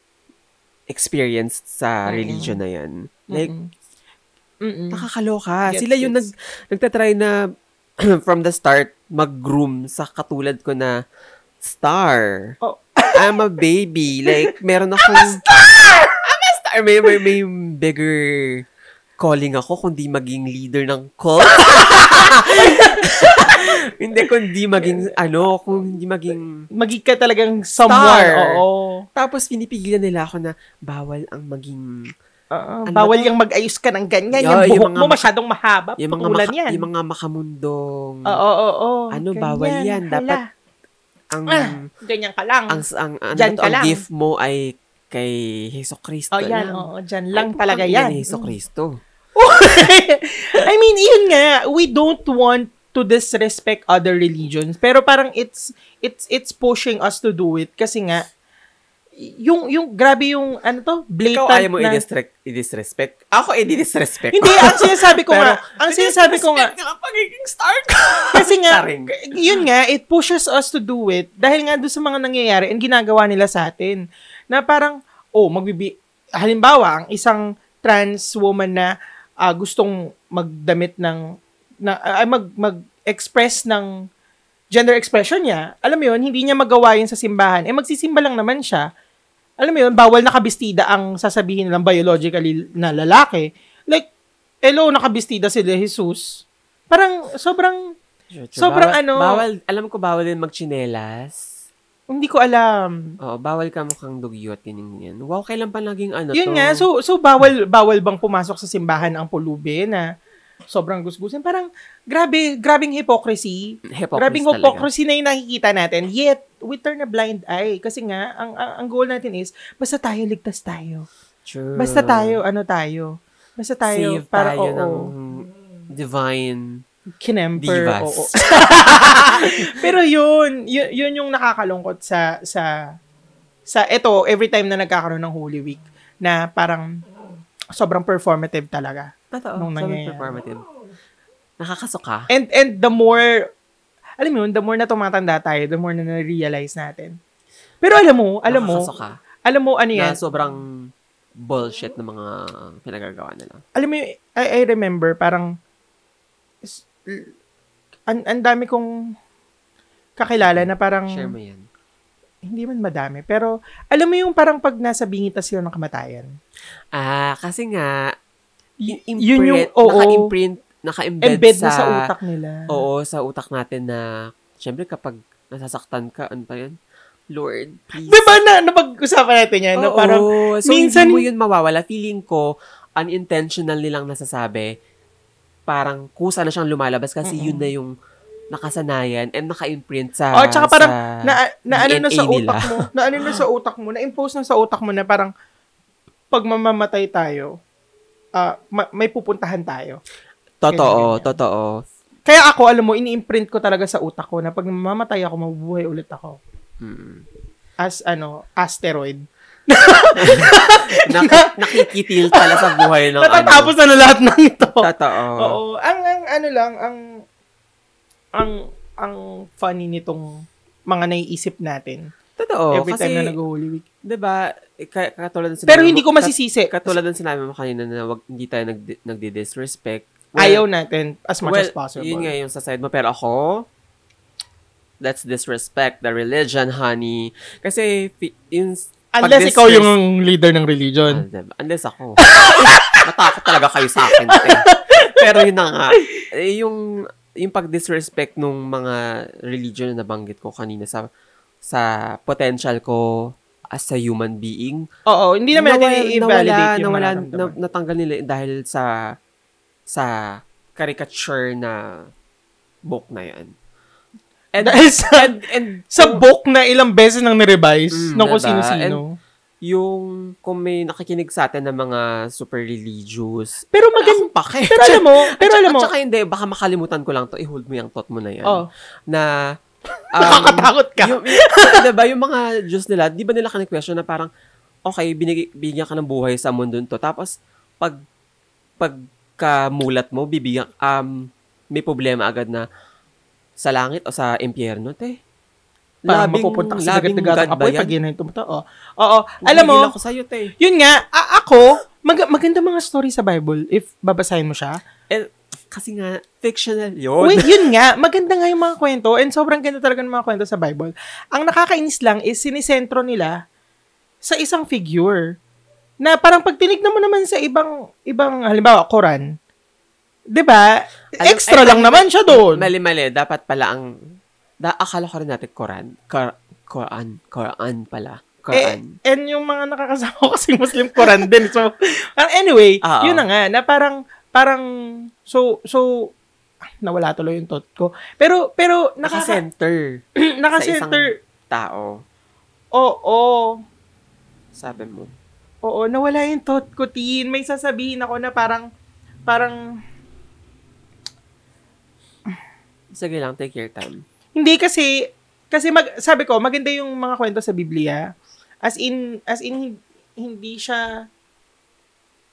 Speaker 1: experience sa
Speaker 2: Mm-mm.
Speaker 1: religion na yan. Like,
Speaker 2: Mm-mm.
Speaker 1: Nakakaloka.
Speaker 2: Gets,
Speaker 1: Sila yung nag,
Speaker 2: gets.
Speaker 1: nagtatry na from the start mag-groom sa katulad ko na star.
Speaker 2: Oh.
Speaker 1: I'm a baby. Like, meron akong... I'm a star! I'm a star! May, may, may bigger calling ako kundi maging leader ng cult. hindi, kundi maging, ano, kung hindi maging...
Speaker 2: magig ka talagang someone.
Speaker 1: Star.
Speaker 2: Oo.
Speaker 1: Tapos pinipigilan nila ako na bawal ang maging
Speaker 2: Ah,
Speaker 1: Ano
Speaker 2: bawal
Speaker 1: to?
Speaker 2: yung mag-ayos ka ng ganyan.
Speaker 1: Yeah,
Speaker 2: yung
Speaker 1: yung
Speaker 2: buhok
Speaker 1: mga
Speaker 2: mo
Speaker 1: ma-
Speaker 2: masyadong mahaba.
Speaker 1: yung mga,
Speaker 2: putulan
Speaker 1: maka-
Speaker 2: yan.
Speaker 1: yung mga makamundong
Speaker 2: Oo, oo, oo.
Speaker 1: Mm. Ano, bawal yan.
Speaker 2: hala.
Speaker 1: Dapat ang
Speaker 2: Ah, ganyan ka lang.
Speaker 1: ang ang ano
Speaker 2: Diyan
Speaker 1: to,
Speaker 2: ka
Speaker 1: ang
Speaker 2: lang.
Speaker 1: gift mo ay kay Heso Kristo.
Speaker 2: oh,
Speaker 1: lang.
Speaker 2: yan. Oo, dyan
Speaker 1: Ay,
Speaker 2: lang
Speaker 1: putang
Speaker 2: talaga
Speaker 1: ina
Speaker 2: yan.
Speaker 1: ni Heso Kristo.
Speaker 2: I mean, yun nga, we don't want to disrespect other religions, pero parang it's it's it's pushing us to do it kasi nga yung yung grabe yung ano to blatant
Speaker 1: Ikaw ayaw mo
Speaker 2: na
Speaker 1: i-disrespect. i-disrespect. Ako
Speaker 2: eh,
Speaker 1: i-disrespect.
Speaker 2: hindi ang sinasabi ko nga
Speaker 1: Pero,
Speaker 2: ang sinasabi ko nga
Speaker 1: Ang pagiging star ko.
Speaker 2: kasi nga
Speaker 1: Taring.
Speaker 2: yun nga it pushes us to do it dahil nga doon sa mga nangyayari and ginagawa nila sa atin na parang oh magbibi halimbawa ang isang trans woman na ah, gustong magdamit ng na ay mag mag-express ng gender expression niya alam mo yun hindi niya magawa yun sa simbahan eh magsisimba lang naman siya alam mo yun bawal nakabistida ang sasabihin nilang biologically na lalaki like hello nakabistida si De Jesus parang sobrang Sobrang
Speaker 1: bawal,
Speaker 2: ano.
Speaker 1: Bawal, alam ko bawal din magchinelas.
Speaker 2: hindi ko alam
Speaker 1: Oo, bawal ka mukhang dugyot, yun yan. Wow, kailan pa naging ano to?
Speaker 2: Yun nga, so so bawal bawal bang pumasok sa simbahan ang pulubi na sobrang gusgusin. Parang grabe, grabing hypocrisy.
Speaker 1: Hypocrisy
Speaker 2: Grabing
Speaker 1: talaga.
Speaker 2: hypocrisy na yung nakikita natin. Yet, we turn a blind eye. Kasi nga, ang, ang, ang goal natin is, basta tayo, ligtas tayo.
Speaker 1: True.
Speaker 2: Basta tayo, ano tayo. Basta
Speaker 1: Hmm.
Speaker 2: tayo,
Speaker 1: Save
Speaker 2: para
Speaker 1: tayo
Speaker 2: oo,
Speaker 1: ng divine
Speaker 2: kinemper.
Speaker 1: divas.
Speaker 2: oo. Pero yun, yun, yun yung nakakalungkot sa, sa, sa, eto, every time na nagkakaroon ng Holy Week, na parang, sobrang performative talaga.
Speaker 1: Totoo.
Speaker 2: Nung
Speaker 1: sobrang
Speaker 2: nangyayari.
Speaker 1: performative. Nakakasuka.
Speaker 2: And, and the more, alam mo yun, the more na tumatanda tayo, the more na na-realize natin. Pero alam mo, alam mo,
Speaker 1: Nakakasuka.
Speaker 2: alam mo, ano yan,
Speaker 1: na sobrang bullshit ng mga pinagagawa nila.
Speaker 2: alam mo, yung- I, I remember, parang, s- l- ang ang dami kong kakilala na parang,
Speaker 1: Share mo yan.
Speaker 2: hindi man madami, pero, alam mo yung parang pag nasa bingitas sila ng kamatayan.
Speaker 1: Ah, kasi nga,
Speaker 2: Y-
Speaker 1: i-imprint,
Speaker 2: yun yung, oo,
Speaker 1: naka-imprint, naka-embed
Speaker 2: embed
Speaker 1: sa,
Speaker 2: na sa utak nila.
Speaker 1: Oo, sa utak natin na, syempre kapag nasasaktan ka, ano pa yan? Lord, please.
Speaker 2: Diba na, napag-usapan natin yan, na
Speaker 1: Oo,
Speaker 2: parang,
Speaker 1: so
Speaker 2: minsan-
Speaker 1: hindi mo yun mawawala. Feeling ko, unintentional nilang nasasabi, parang kusa na siyang lumalabas kasi yun na yung nakasanayan and naka-imprint sa...
Speaker 2: oh, tsaka parang,
Speaker 1: Ah, sa-
Speaker 2: na, na ano
Speaker 1: DNA
Speaker 2: na sa
Speaker 1: nila.
Speaker 2: utak mo, na ano na sa utak mo, na-impose na sa utak mo na parang, pag mamamatay tayo, ah, ma- may pupuntahan tayo.
Speaker 1: Totoo,
Speaker 2: Ganyan, ganyan.
Speaker 1: totoo.
Speaker 2: Kaya ako, alam mo, ini-imprint ko talaga sa utak ko na pag mamamatay ako, mabubuhay ulit ako.
Speaker 1: Mm.
Speaker 2: As, ano, asteroid.
Speaker 1: Nak- nakikitil pala sa buhay ng
Speaker 2: Natatapos na na lahat ng ito.
Speaker 1: ano. Totoo.
Speaker 2: Oo. Ang, ang ano lang, ang, ang, ang funny nitong mga naiisip natin.
Speaker 1: Totoo.
Speaker 2: every
Speaker 1: kasi,
Speaker 2: time na nag-Holy Week.
Speaker 1: 'di ba, eh, ka- katulad ng sinabi
Speaker 2: Pero hindi
Speaker 1: mo-
Speaker 2: ko masisisi.
Speaker 1: kat- katulad ng sinabi mo kanina na wag, hindi tayo nag- nagdi-disrespect. Well,
Speaker 2: Ayaw natin as much
Speaker 1: well,
Speaker 2: as possible.
Speaker 1: Yun nga eh. yung sa side mo. Pero ako, that's disrespect the religion, honey. Kasi, fi- yun, pag
Speaker 2: Unless ikaw
Speaker 1: disres-
Speaker 2: yung leader ng religion.
Speaker 1: Ah, diba? Unless ako. Matakot talaga kayo sa akin. te. Pero yun na nga. eh, Yung, yung pag-disrespect nung mga religion na nabanggit ko kanina sa sa potential ko as a human being.
Speaker 2: Oo, hindi naman natin
Speaker 1: Ah. nawala-
Speaker 2: i-validate yung
Speaker 1: nawala,
Speaker 2: nawala,
Speaker 1: na, natanggal nila dahil sa sa caricature na book na yan. And,
Speaker 2: Dahil sa,
Speaker 1: and, and
Speaker 2: sa book na ilang beses nang
Speaker 1: Mm,
Speaker 2: nirevise ng kung
Speaker 1: diba?
Speaker 2: sino-sino.
Speaker 1: yung kung may nakikinig sa atin ng mga super religious,
Speaker 2: Pero maganda.
Speaker 1: Magandang pake.
Speaker 2: Pero alam mo,
Speaker 1: At
Speaker 2: pero
Speaker 1: saka-
Speaker 2: alam mo,
Speaker 1: At saka hindi, baka makalimutan ko lang to. I-hold mo yung thought mo na yan.
Speaker 2: oh,
Speaker 1: Na, um,
Speaker 2: Nakakatakot ka.
Speaker 1: yung, yung, diba, yung mga Diyos nila, di ba nila ka question na parang, okay, binig, binigyan ka ng buhay sa mundo to, tapos, pag, pagkamulat mo, bibigyan, um, may problema agad na sa langit o sa impyerno, te.
Speaker 2: Parang mapupunta ka sa dagat-dagat
Speaker 1: God
Speaker 2: apoy
Speaker 1: ba
Speaker 2: pag
Speaker 1: yan?
Speaker 2: yan ito. Oo. Oo. Alam mo,
Speaker 1: Tumigil ako sa'yo, te.
Speaker 2: yun nga, a- ako, mag- maganda mga story sa Bible if babasahin mo siya.
Speaker 1: Eh, kasi nga, fictional yun.
Speaker 2: Wait, yun nga, maganda nga yung mga kwento and sobrang ganda talaga ng mga kwento sa Bible. Ang nakakainis lang is sinisentro nila sa isang figure na parang pag tinignan mo naman sa ibang, ibang halimbawa, Koran, 'di ba
Speaker 1: Alam-
Speaker 2: extra
Speaker 1: ay,
Speaker 2: lang naman siya doon. Eh,
Speaker 1: Mali-mali, dapat pala ang, da, akala ko rin natin, Koran, Kor, Koran, Koran pala.
Speaker 2: Eh,
Speaker 1: Koran.
Speaker 2: and yung mga nakakasama ko kasi Muslim Quran din. So, parang anyway,
Speaker 1: Ah,
Speaker 2: yun
Speaker 1: ah.
Speaker 2: na nga, na parang, parang, so, so, ah, nawala tuloy yung thought ko. Pero, pero, nakaka,
Speaker 1: Naka-center.
Speaker 2: naka-center,
Speaker 1: Tao.
Speaker 2: oo, oo,
Speaker 1: Sabi mo.
Speaker 2: nawala yung thought ko, teen. May sasabihin ako na parang, parang,
Speaker 1: Sige lang, take your time.
Speaker 2: hindi kasi, kasi mag, sabi ko, maganda yung mga kwento sa Biblia. As in, as in, hindi siya,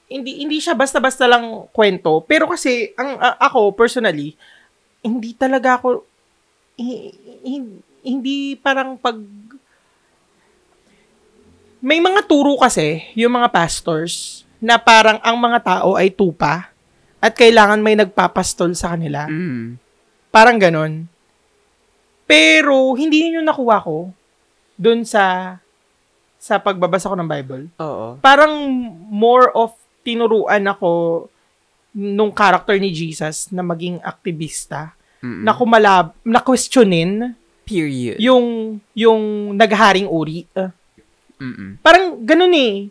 Speaker 2: hindi hindi siya basta-basta lang kwento. Pero kasi ang a- ako personally, hindi talaga ako hi- hi- hindi parang pag may mga turo kasi yung mga pastors na parang ang mga tao ay tupa at kailangan may nagpapastol sa kanila.
Speaker 1: Mm.
Speaker 2: Parang ganon. Pero, hindi yun yung nakuha ko dun sa sa pagbabasa ko ng Bible.
Speaker 1: Oo.
Speaker 2: Parang more of tinuruan ako nung character ni Jesus na maging aktivista,
Speaker 1: Mm-mm.
Speaker 2: na kumalab, na questionin
Speaker 1: period.
Speaker 2: yung, yung nagharing uri. Uh,
Speaker 1: Mm-mm.
Speaker 2: parang ganun eh.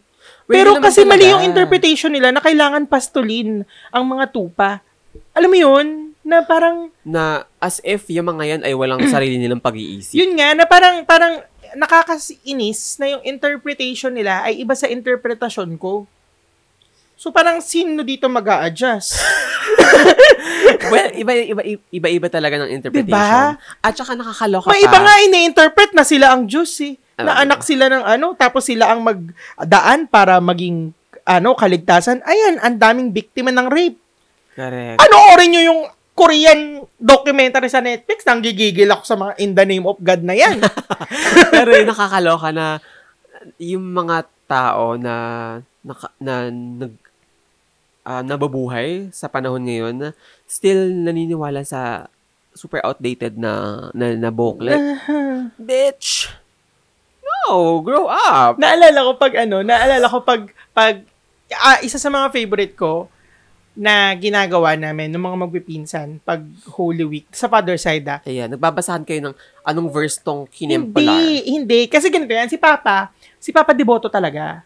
Speaker 1: Well,
Speaker 2: Pero
Speaker 1: yun naman
Speaker 2: kasi mali
Speaker 1: talaga.
Speaker 2: yung interpretation nila na kailangan pastulin ang mga tupa. Alam mo yun? Na parang,
Speaker 1: Na as if yung mga yan ay walang sarili nilang pag-iisip.
Speaker 2: Mm. Yun nga, na parang, parang nakakainis na yung interpretation nila ay iba sa interpretation ko. So parang sino dito mag adjust
Speaker 1: well, iba, iba, iba, iba talaga ng interpretation.
Speaker 2: Diba?
Speaker 1: At saka nakakaloka
Speaker 2: May
Speaker 1: pa.
Speaker 2: iba nga ini-interpret na sila ang Diyos eh.
Speaker 1: Oo.
Speaker 2: Na anak sila ng ano, tapos sila ang magdaan para maging ano, kaligtasan. Ayan, ang daming biktima ng rape.
Speaker 1: Correct.
Speaker 2: Ano orin nyo yung Korean documentary sa Netflix? Nang gigigil ako sa mga In the Name of God na yan.
Speaker 1: Pero yung nakakaloka na yung mga tao na naka, na nag ah, nababuhay sa panahon ngayon na still naniniwala sa super outdated na na, na booklet.
Speaker 2: Uh-huh.
Speaker 1: Bitch. No, grow up.
Speaker 2: Naalala ko pag ano, naalala ko pag pag ah, isa sa mga favorite ko na ginagawa namin ng mga magpipinsan pag Holy Week sa father side ah.
Speaker 1: Ayan, nagbabasahan kayo ng anong verse tong kinempolar.
Speaker 2: Hindi, hindi. Kasi ganito yan, si Papa, si Papa deboto talaga.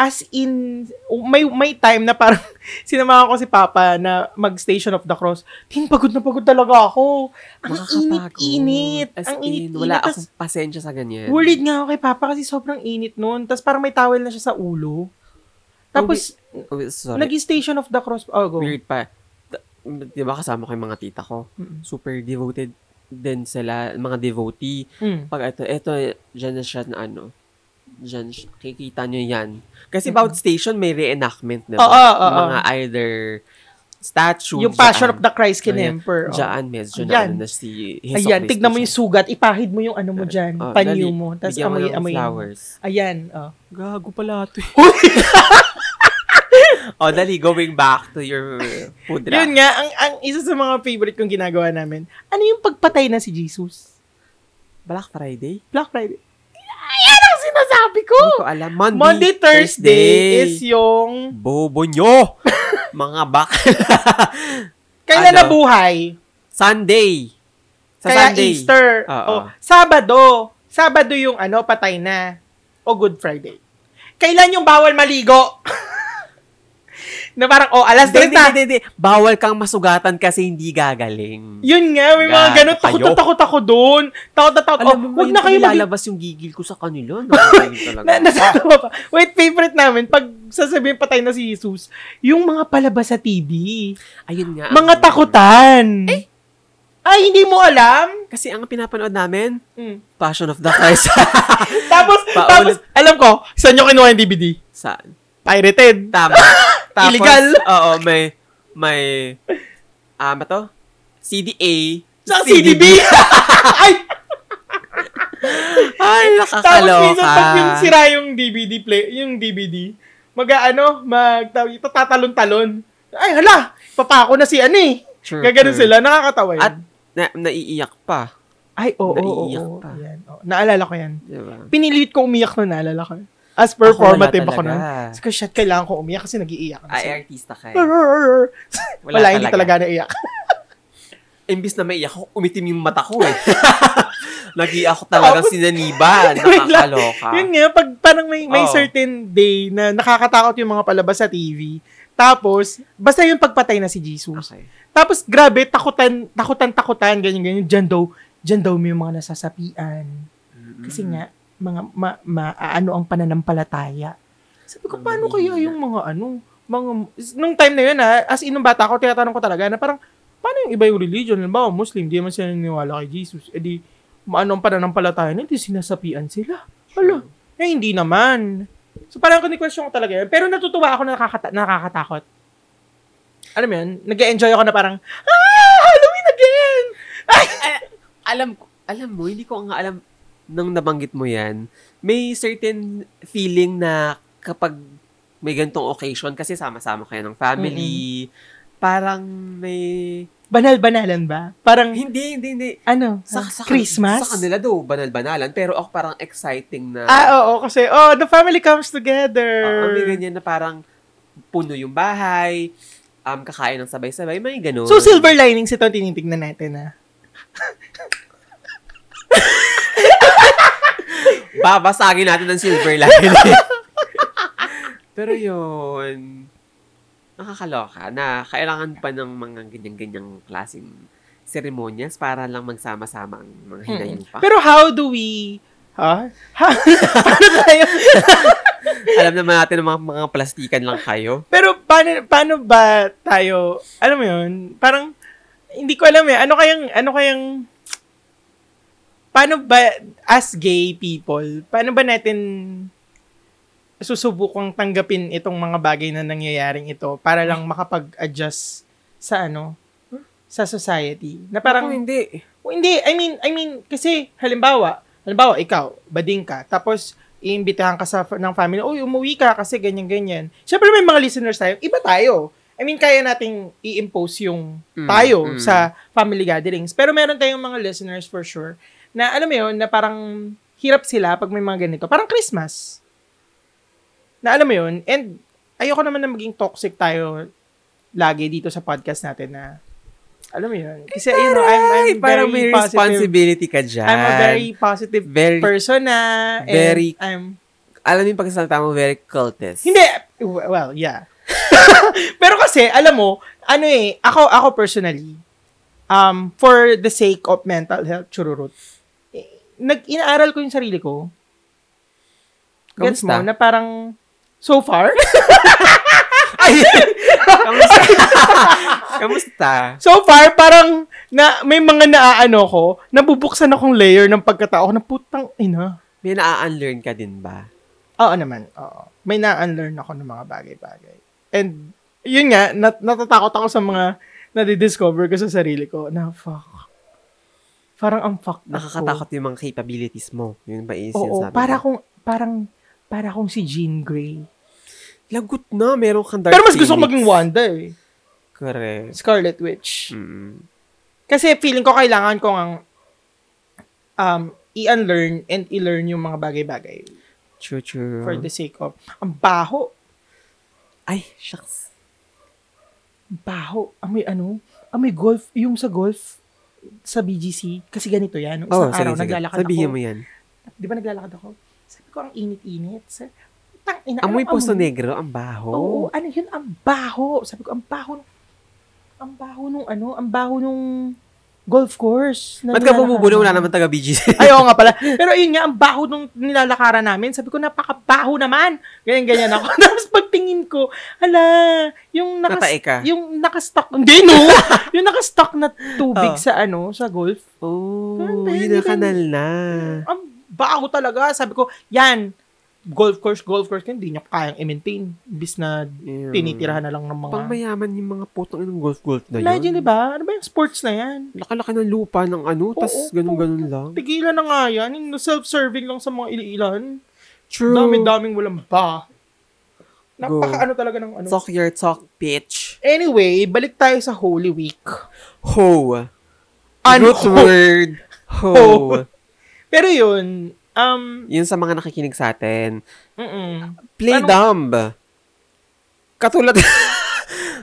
Speaker 2: As in, um, may may time na parang sinamahan ko si Papa na mag-Station of the Cross. Tin, pagod na pagod talaga ako. Ang
Speaker 1: Nakakapagod.
Speaker 2: init-init.
Speaker 1: As
Speaker 2: Ang
Speaker 1: in,
Speaker 2: init-init.
Speaker 1: wala
Speaker 2: Tas
Speaker 1: akong pasensya sa ganyan.
Speaker 2: Worried nga ako kay Papa kasi sobrang init noon. Tapos parang may towel na siya sa ulo. Tapos,
Speaker 1: Oh, wait, sorry.
Speaker 2: nag-station of the cross. Oh, go.
Speaker 1: weird pa. Ta- Di ba kasama ko yung mga tita ko?
Speaker 2: Mm-mm.
Speaker 1: Super devoted din sila, mga devotee.
Speaker 2: Mm.
Speaker 1: Pag ito, ito, dyan na siya na ano. Dyan, siya- kikita nyo yan. Kasi about station, may reenactment, di ba?
Speaker 2: Oo, oo, oo.
Speaker 1: Mga either statue.
Speaker 2: Yung Passion of the Christ kinemper. Oh.
Speaker 1: Diyan, medyo na
Speaker 2: Ayan.
Speaker 1: ano na si Jesus
Speaker 2: Ayan,
Speaker 1: Christ
Speaker 2: tignan mo
Speaker 1: siya.
Speaker 2: yung sugat. Ipahid mo yung ano mo dyan.
Speaker 1: Oh,
Speaker 2: panyo
Speaker 1: lali-
Speaker 2: mo. Tapos
Speaker 1: bigyan mo
Speaker 2: amoy,
Speaker 1: ng
Speaker 2: amoy.
Speaker 1: flowers.
Speaker 2: Ayan, oh.
Speaker 1: Gago pala ito.
Speaker 2: eh.
Speaker 1: oh, dali, going back to your pudra.
Speaker 2: Yun nga, ang, ang isa sa mga favorite kong ginagawa namin. Ano yung pagpatay na si Jesus?
Speaker 1: Black Friday?
Speaker 2: Black Friday. Ayan ang sinasabi ko!
Speaker 1: Hindi ko alam. Monday,
Speaker 2: Oh, Monday, Thursday, is
Speaker 1: Thursday.
Speaker 2: yung
Speaker 1: Bobo nyo! mga bak...
Speaker 2: kailan
Speaker 1: Ano?
Speaker 2: na buhay.
Speaker 1: Sunday! Sa
Speaker 2: Kaya
Speaker 1: Sunday.
Speaker 2: Easter.
Speaker 1: Oo.
Speaker 2: O, Sabado. Sabado yung ano, patay na. O Good Friday. Kailan yung bawal maligo? na parang, oh, alas
Speaker 1: Hindi,
Speaker 2: 3
Speaker 1: hindi,
Speaker 2: na.
Speaker 1: hindi, hindi. Bawal kang masugatan kasi hindi gagaling.
Speaker 2: Yun nga, may mga
Speaker 1: Gago
Speaker 2: ganun. Takot na
Speaker 1: kayo.
Speaker 2: takot ako doon. Takot na takot.
Speaker 1: Alam
Speaker 2: Oh,
Speaker 1: mo,
Speaker 2: huwag
Speaker 1: wag
Speaker 2: na kayo maligo.
Speaker 1: lalabas yung gigil ko sa kanila. Nakakain talaga.
Speaker 2: Na, nasama pa. Wait, favorite namin, pag sasabihin patay na si Jesus, yung mga palabas sa TV.
Speaker 1: Ah. Ayun nga. Eh?
Speaker 2: Mga takutan. Ay, hindi mo alam?
Speaker 1: Kasi ang pinapanood namin,
Speaker 2: Mm.
Speaker 1: Passion of the Christ.
Speaker 2: Tapos,
Speaker 1: Paulit.
Speaker 2: tapos, alam ko, saan nyo kinuha yung DVD?
Speaker 1: Saan?
Speaker 2: Pirated.
Speaker 1: Tama. Tapos,
Speaker 2: Illegal.
Speaker 1: Oo, may, may, ah, ano to? CDA.
Speaker 2: Sa CDB. Ay,
Speaker 1: Ay,
Speaker 2: Tapos minsan pag yung
Speaker 1: nakakaloka.
Speaker 2: sira yung DVD play, yung DVD, mag ano, mag tatalon-talon. Ay, hala, papako na si ano eh.
Speaker 1: Sure,
Speaker 2: Gaganon
Speaker 1: sure.
Speaker 2: sila, nakakatawa yun.
Speaker 1: At na, naiiyak pa.
Speaker 2: ay, oo, oo,
Speaker 1: naiiyak
Speaker 2: oo,
Speaker 1: pa.
Speaker 2: yan, oo. Naalala ko yan.
Speaker 1: Di ba?
Speaker 2: Pinilit ko umiyak na naalala ko. As
Speaker 1: wala
Speaker 2: performative ako nun.
Speaker 1: talaga.
Speaker 2: Kasi ko, shit, kailangan ko umiyak kasi nagiiyak. ako.
Speaker 1: Ay, artista ka eh.
Speaker 2: Wala, hindi talaga naiyak.
Speaker 1: Imbis na maiyak ako, umitim yung mata ko eh. Nag-iiyak ako talaga
Speaker 2: Tapos-
Speaker 1: sinaniban.
Speaker 2: Wait lang.
Speaker 1: Nakakaloka.
Speaker 2: Yun nga, pag parang may,
Speaker 1: Ah.
Speaker 2: may
Speaker 1: Oo.
Speaker 2: certain day na nakakatakot yung mga palabas sa TV, tapos, basta yung pagpatay na si Jesus.
Speaker 1: Okay.
Speaker 2: Tapos, grabe, takutan, takutan, takutan, ganyan, ganyan. Diyan daw, diyan daw may mga nasasapian.
Speaker 1: Mm.
Speaker 2: Kasi nga, mga, ma, ma- ano ang pananampalataya. Sabi ko, paano kaya yung mga ano, mga, nung time na yun ha, as in nung bata ako, tinatanong ko talaga na parang, paano yung iba yung religion? Halimbawa, Muslim, di naman sila naniwala kay Jesus. E di, ano ang pananampalataya nila? Di sinasapian sila. Hala, eh hindi naman. So parang kini-question ko talaga yun. Pero natutuwa ako na nakakata- nakakatakot. Alam mo yun, nag-enjoy ako na parang, ah, Halloween again!
Speaker 1: alam ko, alam mo, hindi ko nga alam nang nabanggit mo yan. May certain feeling na kapag may gantong occasion, kasi sama-sama kayo ng family, parang may...
Speaker 2: Banal-banalan ba? Parang,
Speaker 1: Hindi, hindi, hindi.
Speaker 2: ano, Christmas?
Speaker 1: Sa kanila daw, banal-banalan. Pero ako parang exciting na...
Speaker 2: Ah, oo, kasi, oh, the family comes together.
Speaker 1: Oo, may Ah, ganyan na parang puno yung bahay, um, kakain ng sabay-sabay, may ganun.
Speaker 2: so, silver linings ito ang tinitignan natin, ah. ha?
Speaker 1: Babasagin natin ng silver lining. Pero yun, nakakaloka na kailangan pa ng mga ganyan-ganyang klaseng seremonyas para lang magsama-sama ang mga
Speaker 2: Hmm.
Speaker 1: hinayupa.
Speaker 2: Pero how do we, ha? Huh? paano tayo?
Speaker 1: Alam naman natin ng mga, mga plastikan lang kayo.
Speaker 2: Pero, paano, paano ba tayo, alam mo yun, parang, hindi ko alam eh, ano kayang, ano kayang, paano ba, as gay people, paano ba natin susubukang tanggapin itong mga bagay na nangyayaring ito para lang makapag-adjust sa ano, sa society. Na
Speaker 1: Parang
Speaker 2: parang,
Speaker 1: hindi.
Speaker 2: Oh, hindi, I mean, I mean, kasi halimbawa, halimbawa ikaw, bading ka, tapos iimbitahan ka sa ng family, uy, umuwi ka kasi ganyan-ganyan. Siyempre may mga listeners tayo, iba tayo. I mean, kaya nating i-impose yung
Speaker 1: Mm,
Speaker 2: tayo
Speaker 1: mm.
Speaker 2: sa family gatherings. Pero meron tayong mga listeners for sure na alam mo yun, na parang hirap sila pag may mga ganito. Parang Christmas. Na alam mo yun, and ayoko naman na maging toxic tayo lagi dito sa podcast natin na alam mo yun. Kasi, you know, I'm, I'm
Speaker 1: Ay, parang
Speaker 2: very
Speaker 1: may
Speaker 2: positive.
Speaker 1: responsibility ka dyan.
Speaker 2: I'm a very positive
Speaker 1: Very-
Speaker 2: person na. and
Speaker 1: very-
Speaker 2: I'm,
Speaker 1: alam mo yung pagkasalita mo, very cultist.
Speaker 2: hindi, well, yeah. Pero kasi, alam mo, ano eh, ako, ako personally, um, for the sake of mental health, chururut, eh, nag, inaaral ko yung sarili ko. Gets mo?
Speaker 1: Kamusta?
Speaker 2: Na parang, so far,
Speaker 1: Ay! Kamusta? Kamusta?
Speaker 2: So far, parang na, may mga naaano ko, nabubuksan akong layer ng pagkatao ko na putang ina.
Speaker 1: May na-unlearn ka din ba?
Speaker 2: Oo naman, oo. May na-unlearn ako ng mga bagay-bagay. And, yun nga, nat- natatakot ako sa mga nadidiscover ko sa sarili ko na, fuck. Parang ang fuck na
Speaker 1: Nakakatakot yung mga capabilities mo. Yun ba yung
Speaker 2: Oo,
Speaker 1: sinasabi?
Speaker 2: para
Speaker 1: ko.
Speaker 2: kung, parang, para kung si Jean Grey.
Speaker 1: Lagot na, meron kang dark
Speaker 2: Pero mas gusto ko
Speaker 1: phoenix.
Speaker 2: maging Wanda eh.
Speaker 1: Correct.
Speaker 2: Scarlet Witch.
Speaker 1: Mm-mm.
Speaker 2: Kasi feeling ko kailangan ko ang um, i-unlearn and i-learn yung mga bagay-bagay
Speaker 1: True, true.
Speaker 2: for the sake of ang baho,
Speaker 1: Ay, shucks.
Speaker 2: ang baho, amoy ano, amoy golf, yung sa golf sa BGC, kasi ganito yan. Nung
Speaker 1: Oh,
Speaker 2: isang
Speaker 1: sige,
Speaker 2: araw,
Speaker 1: sige.
Speaker 2: naglalakad
Speaker 1: Sabihin
Speaker 2: ako.
Speaker 1: mo yan.
Speaker 2: Di ba naglalakad ako? Sabi ko, ang init-init. Sa- Tang, ina,
Speaker 1: Amoy Oh.
Speaker 2: anong
Speaker 1: puso
Speaker 2: amoy?
Speaker 1: negro, ang baho.
Speaker 2: Oo, ano yun, ang baho. Sabi ko, ang baho, ang baho nung ano, ang baho nung Golf course. na
Speaker 1: Ba't ka
Speaker 2: nilalakaran
Speaker 1: bumubulong? Wala
Speaker 2: namin.
Speaker 1: naman taga BGC.
Speaker 2: Ay, oo nga pala. Pero yun nga, ang baho nung nilalakaran namin. Sabi ko, napakabaho naman. Ganyan-ganyan ako. Tapos pagtingin ko, ala, yung nakas...
Speaker 1: Natae ka.
Speaker 2: Yung nakastock, hindi no! yung nakastock na tubig
Speaker 1: Oh.
Speaker 2: sa ano, sa golf.
Speaker 1: Oh,
Speaker 2: Ganun,
Speaker 1: yun ang
Speaker 2: ganun.
Speaker 1: kanal na.
Speaker 2: Ang baho talaga. Sabi ko, yan, golf course, golf course, hindi niya kayang i-maintain. Imbis na
Speaker 1: Yeah.
Speaker 2: tinitirahan na lang ng mga...
Speaker 1: Pang mayaman yung mga putang ng golf-golf na yun.
Speaker 2: Legend, di ba? Ano ba yung sports na yan?
Speaker 1: Laki-laki ng lupa ng ano, tas
Speaker 2: Oo,
Speaker 1: ganun-ganun lang.
Speaker 2: Tigilan na nga yan. Yung self-serving lang sa mga iliilan.
Speaker 1: True.
Speaker 2: Dami-daming walang ba. Napaka-ano talaga ng ano.
Speaker 1: Talk your talk, bitch.
Speaker 2: anyway, balik tayo sa Holy Week.
Speaker 1: Ho.
Speaker 2: Ano?
Speaker 1: Root word. Ho.
Speaker 2: Ho. Pero yun, um,
Speaker 1: Yun sa mga nakikinig sa atin.
Speaker 2: mm-mm.
Speaker 1: Play
Speaker 2: Anong-
Speaker 1: dumb. Katulad,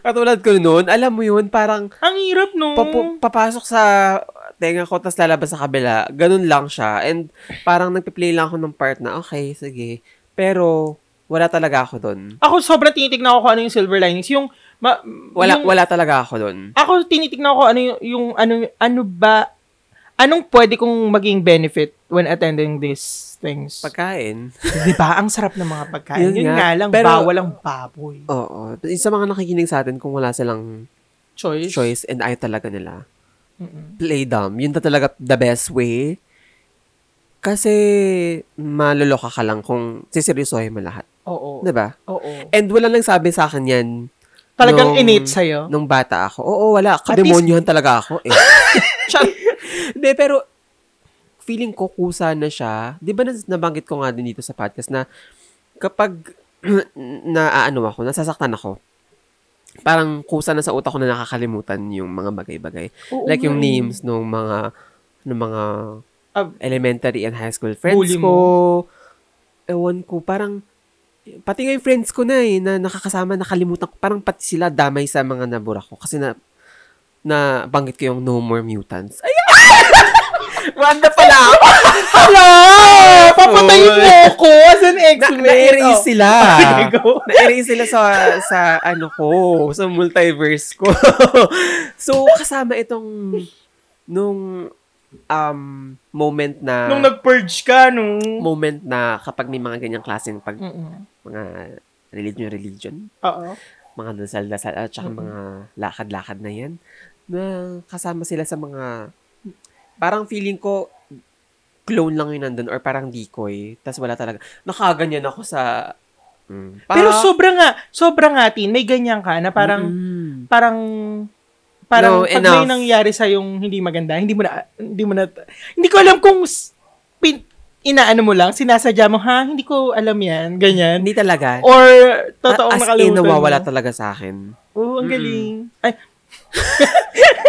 Speaker 1: katulad ko noon, alam mo yun, parang
Speaker 2: ang hirap no.
Speaker 1: papu- papasok sa tenga ko, tas lalabas sa kabila. Ganun lang siya. And parang nagpe-play lang ako ng part na, okay, sige. Pero, wala talaga ako doon.
Speaker 2: ako sobrang tinitignan ako kung ano yung silver linings. Yung, ma-
Speaker 1: Wala,
Speaker 2: yung-
Speaker 1: wala talaga ako doon.
Speaker 2: Ako tinitignan ako ano yung, yung ano, ano ba, anong pwede kong maging benefit when attending these things.
Speaker 1: Pagkain.
Speaker 2: Di ba? Ang sarap ng mga
Speaker 1: Yun
Speaker 2: pagkain. Yun,
Speaker 1: nga.
Speaker 2: nga. lang,
Speaker 1: Pero-
Speaker 2: bawal ang baboy.
Speaker 1: Oo. Sa mga nakikinig sa atin, kung wala silang
Speaker 2: Choice.
Speaker 1: choice and ayaw talaga nila,
Speaker 2: Mm-mm.
Speaker 1: play dumb. Yun na talaga the best way. Kasi maluloka ka lang kung siseryosohin mo lahat.
Speaker 2: Oo.
Speaker 1: 'Di ba?
Speaker 2: Oo.
Speaker 1: And wala lang sabi sa akin yan
Speaker 2: Talagang
Speaker 1: Nung-
Speaker 2: innate sa'yo.
Speaker 1: nung bata ako. Oo, wala.
Speaker 2: At least-
Speaker 1: Kademonyohan talaga ako. Eh.
Speaker 2: Char-
Speaker 1: Hindi, pero feeling ko kusa na siya. Di ba nas- nabanggit ko nga din dito sa podcast na kapag naaano ako, nasasaktan ako, parang kusa na sa utak ko na nakakalimutan yung mga bagay-bagay.
Speaker 2: Oo
Speaker 1: like yung
Speaker 2: nga eh.
Speaker 1: names ng mga ng mga
Speaker 2: Ah,
Speaker 1: elementary and high school friends
Speaker 2: Bully mo.
Speaker 1: ko. Ewan ko, parang pati nga yung friends ko na eh, na nakakasama, nakalimutan ko. Parang pati sila damay sa mga nabura ko. Kasi na, na banggit ko yung No More Mutants. Ay,
Speaker 2: Wanda pala ako. Hala! Ah, Papatayin mo ako as an
Speaker 1: na,
Speaker 2: ex-mate.
Speaker 1: na-erase
Speaker 2: Oh.
Speaker 1: sila.
Speaker 2: There you go.
Speaker 1: na-erase sila sa, sa ano ko, sa multiverse ko. so, kasama itong nung um, moment na
Speaker 2: Nung nag-purge ka, no?
Speaker 1: moment na kapag may mga ganyang klaseng pag
Speaker 2: Mm-mm.
Speaker 1: mga religion religion
Speaker 2: Oo.
Speaker 1: mga dasal-dasal at saka mga lakad-lakad na yan na kasama sila sa mga parang feeling ko clone lang yun nandun or parang decoy tas wala talaga nakaganyan ako sa mm,
Speaker 2: Pero
Speaker 1: parang-
Speaker 2: sobra nga, sobra nga tin, may ganyan ka na parang,
Speaker 1: Mm.
Speaker 2: parang,
Speaker 1: No,
Speaker 2: parang pag may
Speaker 1: enough.
Speaker 2: nangyari sa yung hindi maganda, hindi mo na, hindi mo na, hindi ko alam kung s- pin, inaano mo lang, sinasadya mo, ha, hindi ko alam yan, ganyan.
Speaker 1: hindi talaga
Speaker 2: Or, totoong
Speaker 1: as in
Speaker 2: nakalimutan
Speaker 1: nawawala
Speaker 2: mo.
Speaker 1: talaga sa akin
Speaker 2: Oo,
Speaker 1: Mm-mm.
Speaker 2: ang galing. Ay,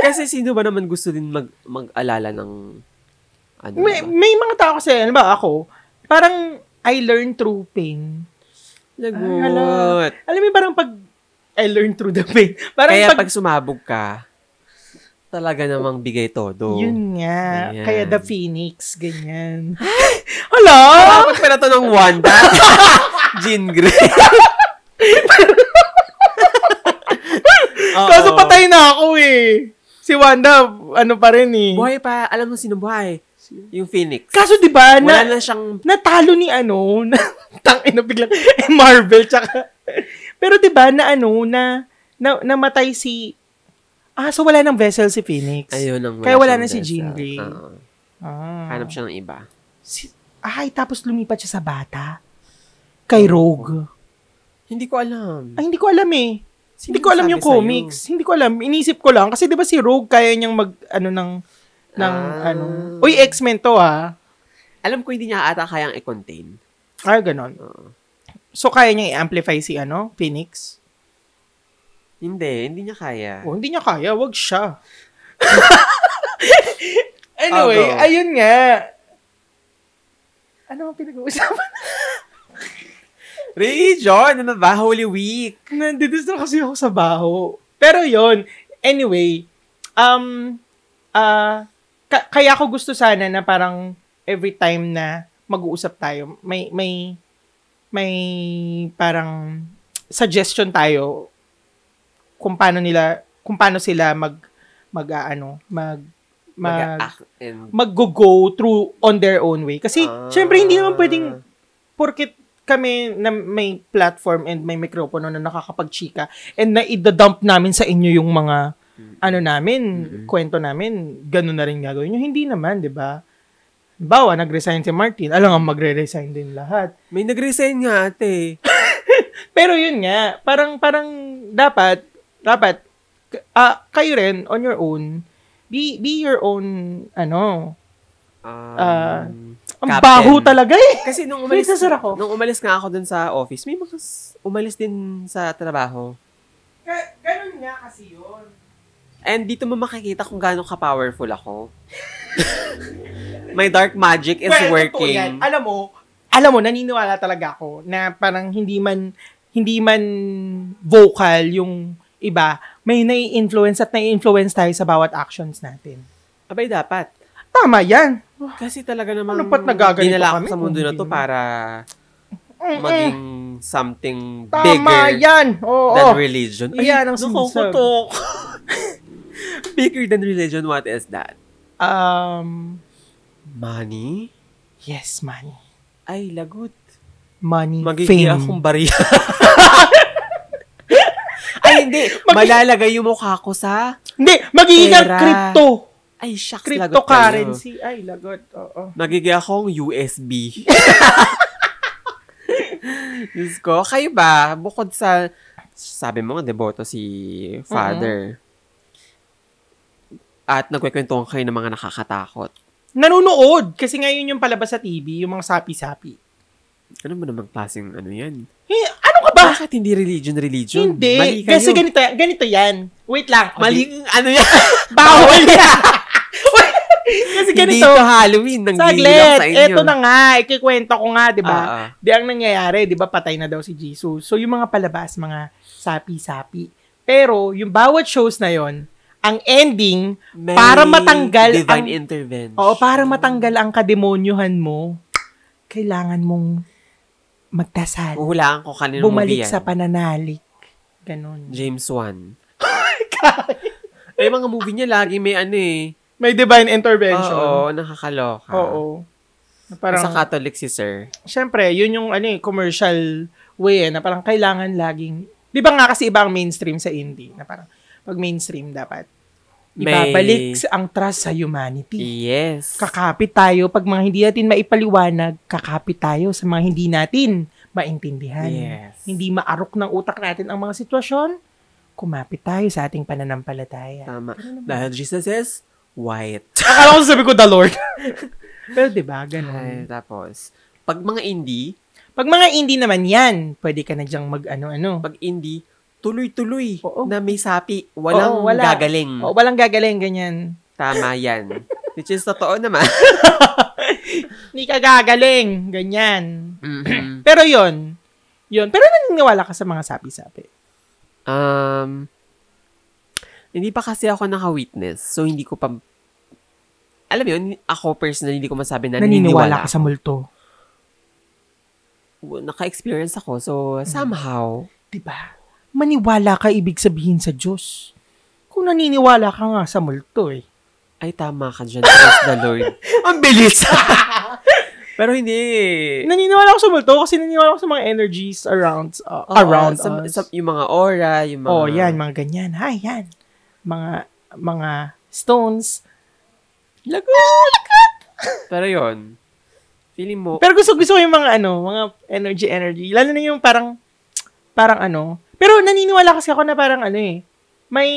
Speaker 1: kasi sino ba naman gusto din mag mag-alala ng ano
Speaker 2: May,
Speaker 1: ba?
Speaker 2: may mga tao kasi, ano ba ako, parang I learn through pain. Ah, hala.
Speaker 1: Lagot.
Speaker 2: Alam mo, yung parang pag I learn through the pain. Parang
Speaker 1: Kaya
Speaker 2: pag,
Speaker 1: pag sumabog ka, talaga namang bigay todo.
Speaker 2: yun nga.
Speaker 1: Ayan.
Speaker 2: Kaya the phoenix, ganyan. Hala!
Speaker 1: Dapat pala to Ah, ng Wanda. Jean Grey. Oo.
Speaker 2: Kaso patay na ako eh. Si Wanda, ano pa rin eh.
Speaker 1: Buhay pa. Alam mo sino buhay? Yung Phoenix.
Speaker 2: Kaso di ba,
Speaker 1: Wala na
Speaker 2: na,
Speaker 1: siyang...
Speaker 2: natalo ni ano, na, tangin na biglang, eh, Marvel, tsaka, pero di ba, na ano, na, na, namatay si, ah, so wala ng vessel si Phoenix.
Speaker 1: Ayun Ano? ang
Speaker 2: Kaya wala
Speaker 1: siyang
Speaker 2: na si
Speaker 1: vessel.
Speaker 2: Jean Grey.
Speaker 1: Oo.
Speaker 2: Ah.
Speaker 1: Hanap siya ng iba.
Speaker 2: Si, ay, tapos lumipat siya sa bata. Kay Rogue.
Speaker 1: Hindi ko alam.
Speaker 2: Ay, hindi ko alam eh.
Speaker 1: Sino
Speaker 2: Hindi ko alam
Speaker 1: sabi
Speaker 2: yung
Speaker 1: sa'yo?
Speaker 2: comics. Hindi ko alam. Inisip ko lang. Kasi di ba si Rogue kaya niyang mag, ano, ng, ng,
Speaker 1: Ah.
Speaker 2: ano. Uy, X-Men to ah. ha.
Speaker 1: Alam ko hindi niya ata kayang i-contain.
Speaker 2: Ay, ganon.
Speaker 1: Oo.
Speaker 2: Ah, So, kaya niyang i-amplify si, ano, Phoenix?
Speaker 1: Hindi, hindi niya kaya.
Speaker 2: Oh, hindi niya kaya. Wag siya. anyway,
Speaker 1: Although-
Speaker 2: ayun nga. Ano ang pinag-uusapan?
Speaker 1: Region, ano ba? Holy Week.
Speaker 2: Nandidistract kasi ako sa baho. Pero yon anyway, um, ah, ka- kaya ako gusto sana na parang every time na mag-uusap tayo, may, may, may parang suggestion tayo kung paano nila, kung paano sila mag, mag, ah, ano, mag, mag,
Speaker 1: Mag-act and...
Speaker 2: mag-go through on their own way. Kasi,
Speaker 1: Ah.
Speaker 2: syempre, hindi naman pwedeng, porkit kami na may platform and may mikropono na nakakapag-chika and na idadump namin sa inyo yung mga ano namin, kwento namin, ganun na rin gagawin nyo. Hindi naman, di ba? Bawa, nag-resign si Martin, alam nga magre-resign din lahat.
Speaker 1: May nag-resign nga ate.
Speaker 2: Pero yun nga, parang parang dapat dapat k- ah, kayo rin on your own be be your own ano.
Speaker 1: Um,
Speaker 2: Ah, Ang
Speaker 1: Captain.
Speaker 2: baho talaga eh.
Speaker 1: kasi nung
Speaker 2: Wait,
Speaker 1: umalis,
Speaker 2: nasara ko.
Speaker 1: nung umalis nga ako dun sa office, may mga s- umalis din sa trabaho.
Speaker 2: ganun nga kasi yun.
Speaker 1: And dito mo makikita kung gaano ka-powerful ako. My dark magic is working.
Speaker 2: Alam mo, alam mo naniniwala talaga ako na parang hindi man hindi man vocal yung iba, may nai-influence at nai-influence tayo sa bawat actions natin.
Speaker 1: Abay, dapat.
Speaker 2: Tama yan.
Speaker 1: Kasi talaga namang
Speaker 2: Ano pa't nagaganito
Speaker 1: dinala ako
Speaker 2: kami
Speaker 1: sa
Speaker 2: kung
Speaker 1: mundo na
Speaker 2: hindi
Speaker 1: to
Speaker 2: naman?
Speaker 1: para
Speaker 2: Mm-mm.
Speaker 1: maging something bigger
Speaker 2: Eh, Tama yan. Oo.
Speaker 1: than religion.
Speaker 2: Yan ang sinasabi.
Speaker 1: nakukutok. bigger than religion, what is that?
Speaker 2: Um,
Speaker 1: Money?
Speaker 2: yes, money.
Speaker 1: Ay, lagot.
Speaker 2: Money,
Speaker 1: Magiging
Speaker 2: fame.
Speaker 1: akong bariya. Ay, hindi. Malalagay yung mukha ko sa...
Speaker 2: Hindi, magiging kang
Speaker 1: Pera.
Speaker 2: crypto.
Speaker 1: Ay, shucks, lagot kayo.
Speaker 2: Cryptocurrency. Ay, lagot. Oo.
Speaker 1: Nagiging akong USB. Diyos ko. Kayo ba, bukod sa, sabi mo, nga, deboto si father. At nagkwekwentuhan kayo ng mga nakakatakot.
Speaker 2: Nanunood. Kasi ngayon yung palabas sa TV, yung mga sapi-sapi.
Speaker 1: Ano mo namang klaseng ano yan?
Speaker 2: Eh, ano ka ba?
Speaker 1: Bakit hindi religion-religion? Mali
Speaker 2: Hindi.
Speaker 1: kayo.
Speaker 2: Kasi ganito, ganito yan. Wait lang. Mali.
Speaker 1: Mali, ano yan?
Speaker 2: Bawal yan. Wait, Kasi
Speaker 1: Hindi
Speaker 2: ganito.
Speaker 1: ito Halloween. Nang
Speaker 2: Saglit.
Speaker 1: sa inyo.
Speaker 2: Eto na nga. Ikikwento ko nga, di ba?
Speaker 1: Ah, ah.
Speaker 2: Di ang nangyayari, di ba, patay na daw si Jesus. So, yung mga palabas, mga sapi-sapi. Pero, yung bawat shows na yon ang ending,
Speaker 1: May
Speaker 2: para matanggal
Speaker 1: divine
Speaker 2: ang...
Speaker 1: intervention.
Speaker 2: Oo, para matanggal ang kademonyohan mo, kailangan mong magdasal.
Speaker 1: Uhulaan ko kanino
Speaker 2: Bumalik
Speaker 1: movie yan.
Speaker 2: sa pananalig. Ganon.
Speaker 1: James Wan. Eh, mga movie niya lagi may ano eh.
Speaker 2: May divine intervention. Oo.
Speaker 1: Oo, nakakaloka.
Speaker 2: Ah. Na Parang,
Speaker 1: Sa Catholic si Sir.
Speaker 2: syempre, yun yung ano, eh, commercial way eh, na parang kailangan laging, di ba nga kasi iba ang mainstream sa indie, na parang pag mainstream dapat,
Speaker 1: May-
Speaker 2: ibabalik sa- ang trust sa humanity.
Speaker 1: Yes.
Speaker 2: Kakapit tayo pag mga hindi natin maipaliwanag, kakapit tayo sa mga hindi natin maintindihan.
Speaker 1: Yes.
Speaker 2: Hindi maarok ng utak natin ang mga sitwasyon, kumapit tayo sa ating pananampalataya.
Speaker 1: Tama. Dahil Jesus is white.
Speaker 2: Akala ko sabi ko the Lord. Pero di ba,
Speaker 1: Ay,
Speaker 2: ganun.
Speaker 1: tapos, pag mga indie,
Speaker 2: Pag mga indie naman yan, pwede ka na dyang mag ano, ano-ano.
Speaker 1: pag indie, tuloy-tuloy
Speaker 2: Oo.
Speaker 1: na may sapi. Walang
Speaker 2: Oo, wala.
Speaker 1: gagaling.
Speaker 2: O, walang gagaling, ganyan.
Speaker 1: Tama yan. Which is totoo naman.
Speaker 2: Hindi ka gagaling, ganyan.
Speaker 1: Mhm.
Speaker 2: Pero yon yon Pero naniniwala ka sa mga sapi-sapi.
Speaker 1: um, hindi pa kasi ako naka-witness. So, hindi ko pa... Alam mo yun, ako personally, hindi ko masabi na naniniwala.
Speaker 2: Naniniwala ka sa multo.
Speaker 1: Naka-experience ako. So,
Speaker 2: Mm-hmm.
Speaker 1: somehow,
Speaker 2: Diba? Maniwala ka ibig sabihin sa Diyos. Kung naniniwala ka nga sa multo eh.
Speaker 1: ay tama ka dyan. Praise the Lord.
Speaker 2: Ang bilis!
Speaker 1: Pero hindi.
Speaker 2: naniniwala ako sa multo kasi naniniwala ako sa mga energies around uh,
Speaker 1: Oo,
Speaker 2: around
Speaker 1: sa-
Speaker 2: us.
Speaker 1: sa- yung mga aura, yung mga...
Speaker 2: oh, yan, mga ganyan. Hi, yan. Mga, mga stones. Ah, Lagot!
Speaker 1: Pero yun, feeling mo,
Speaker 2: Pero gusto gusto ko yung mga ano, mga energy energy. Lalo na yung parang parang ano. Pero naniniwala kasi ako na parang ano eh. May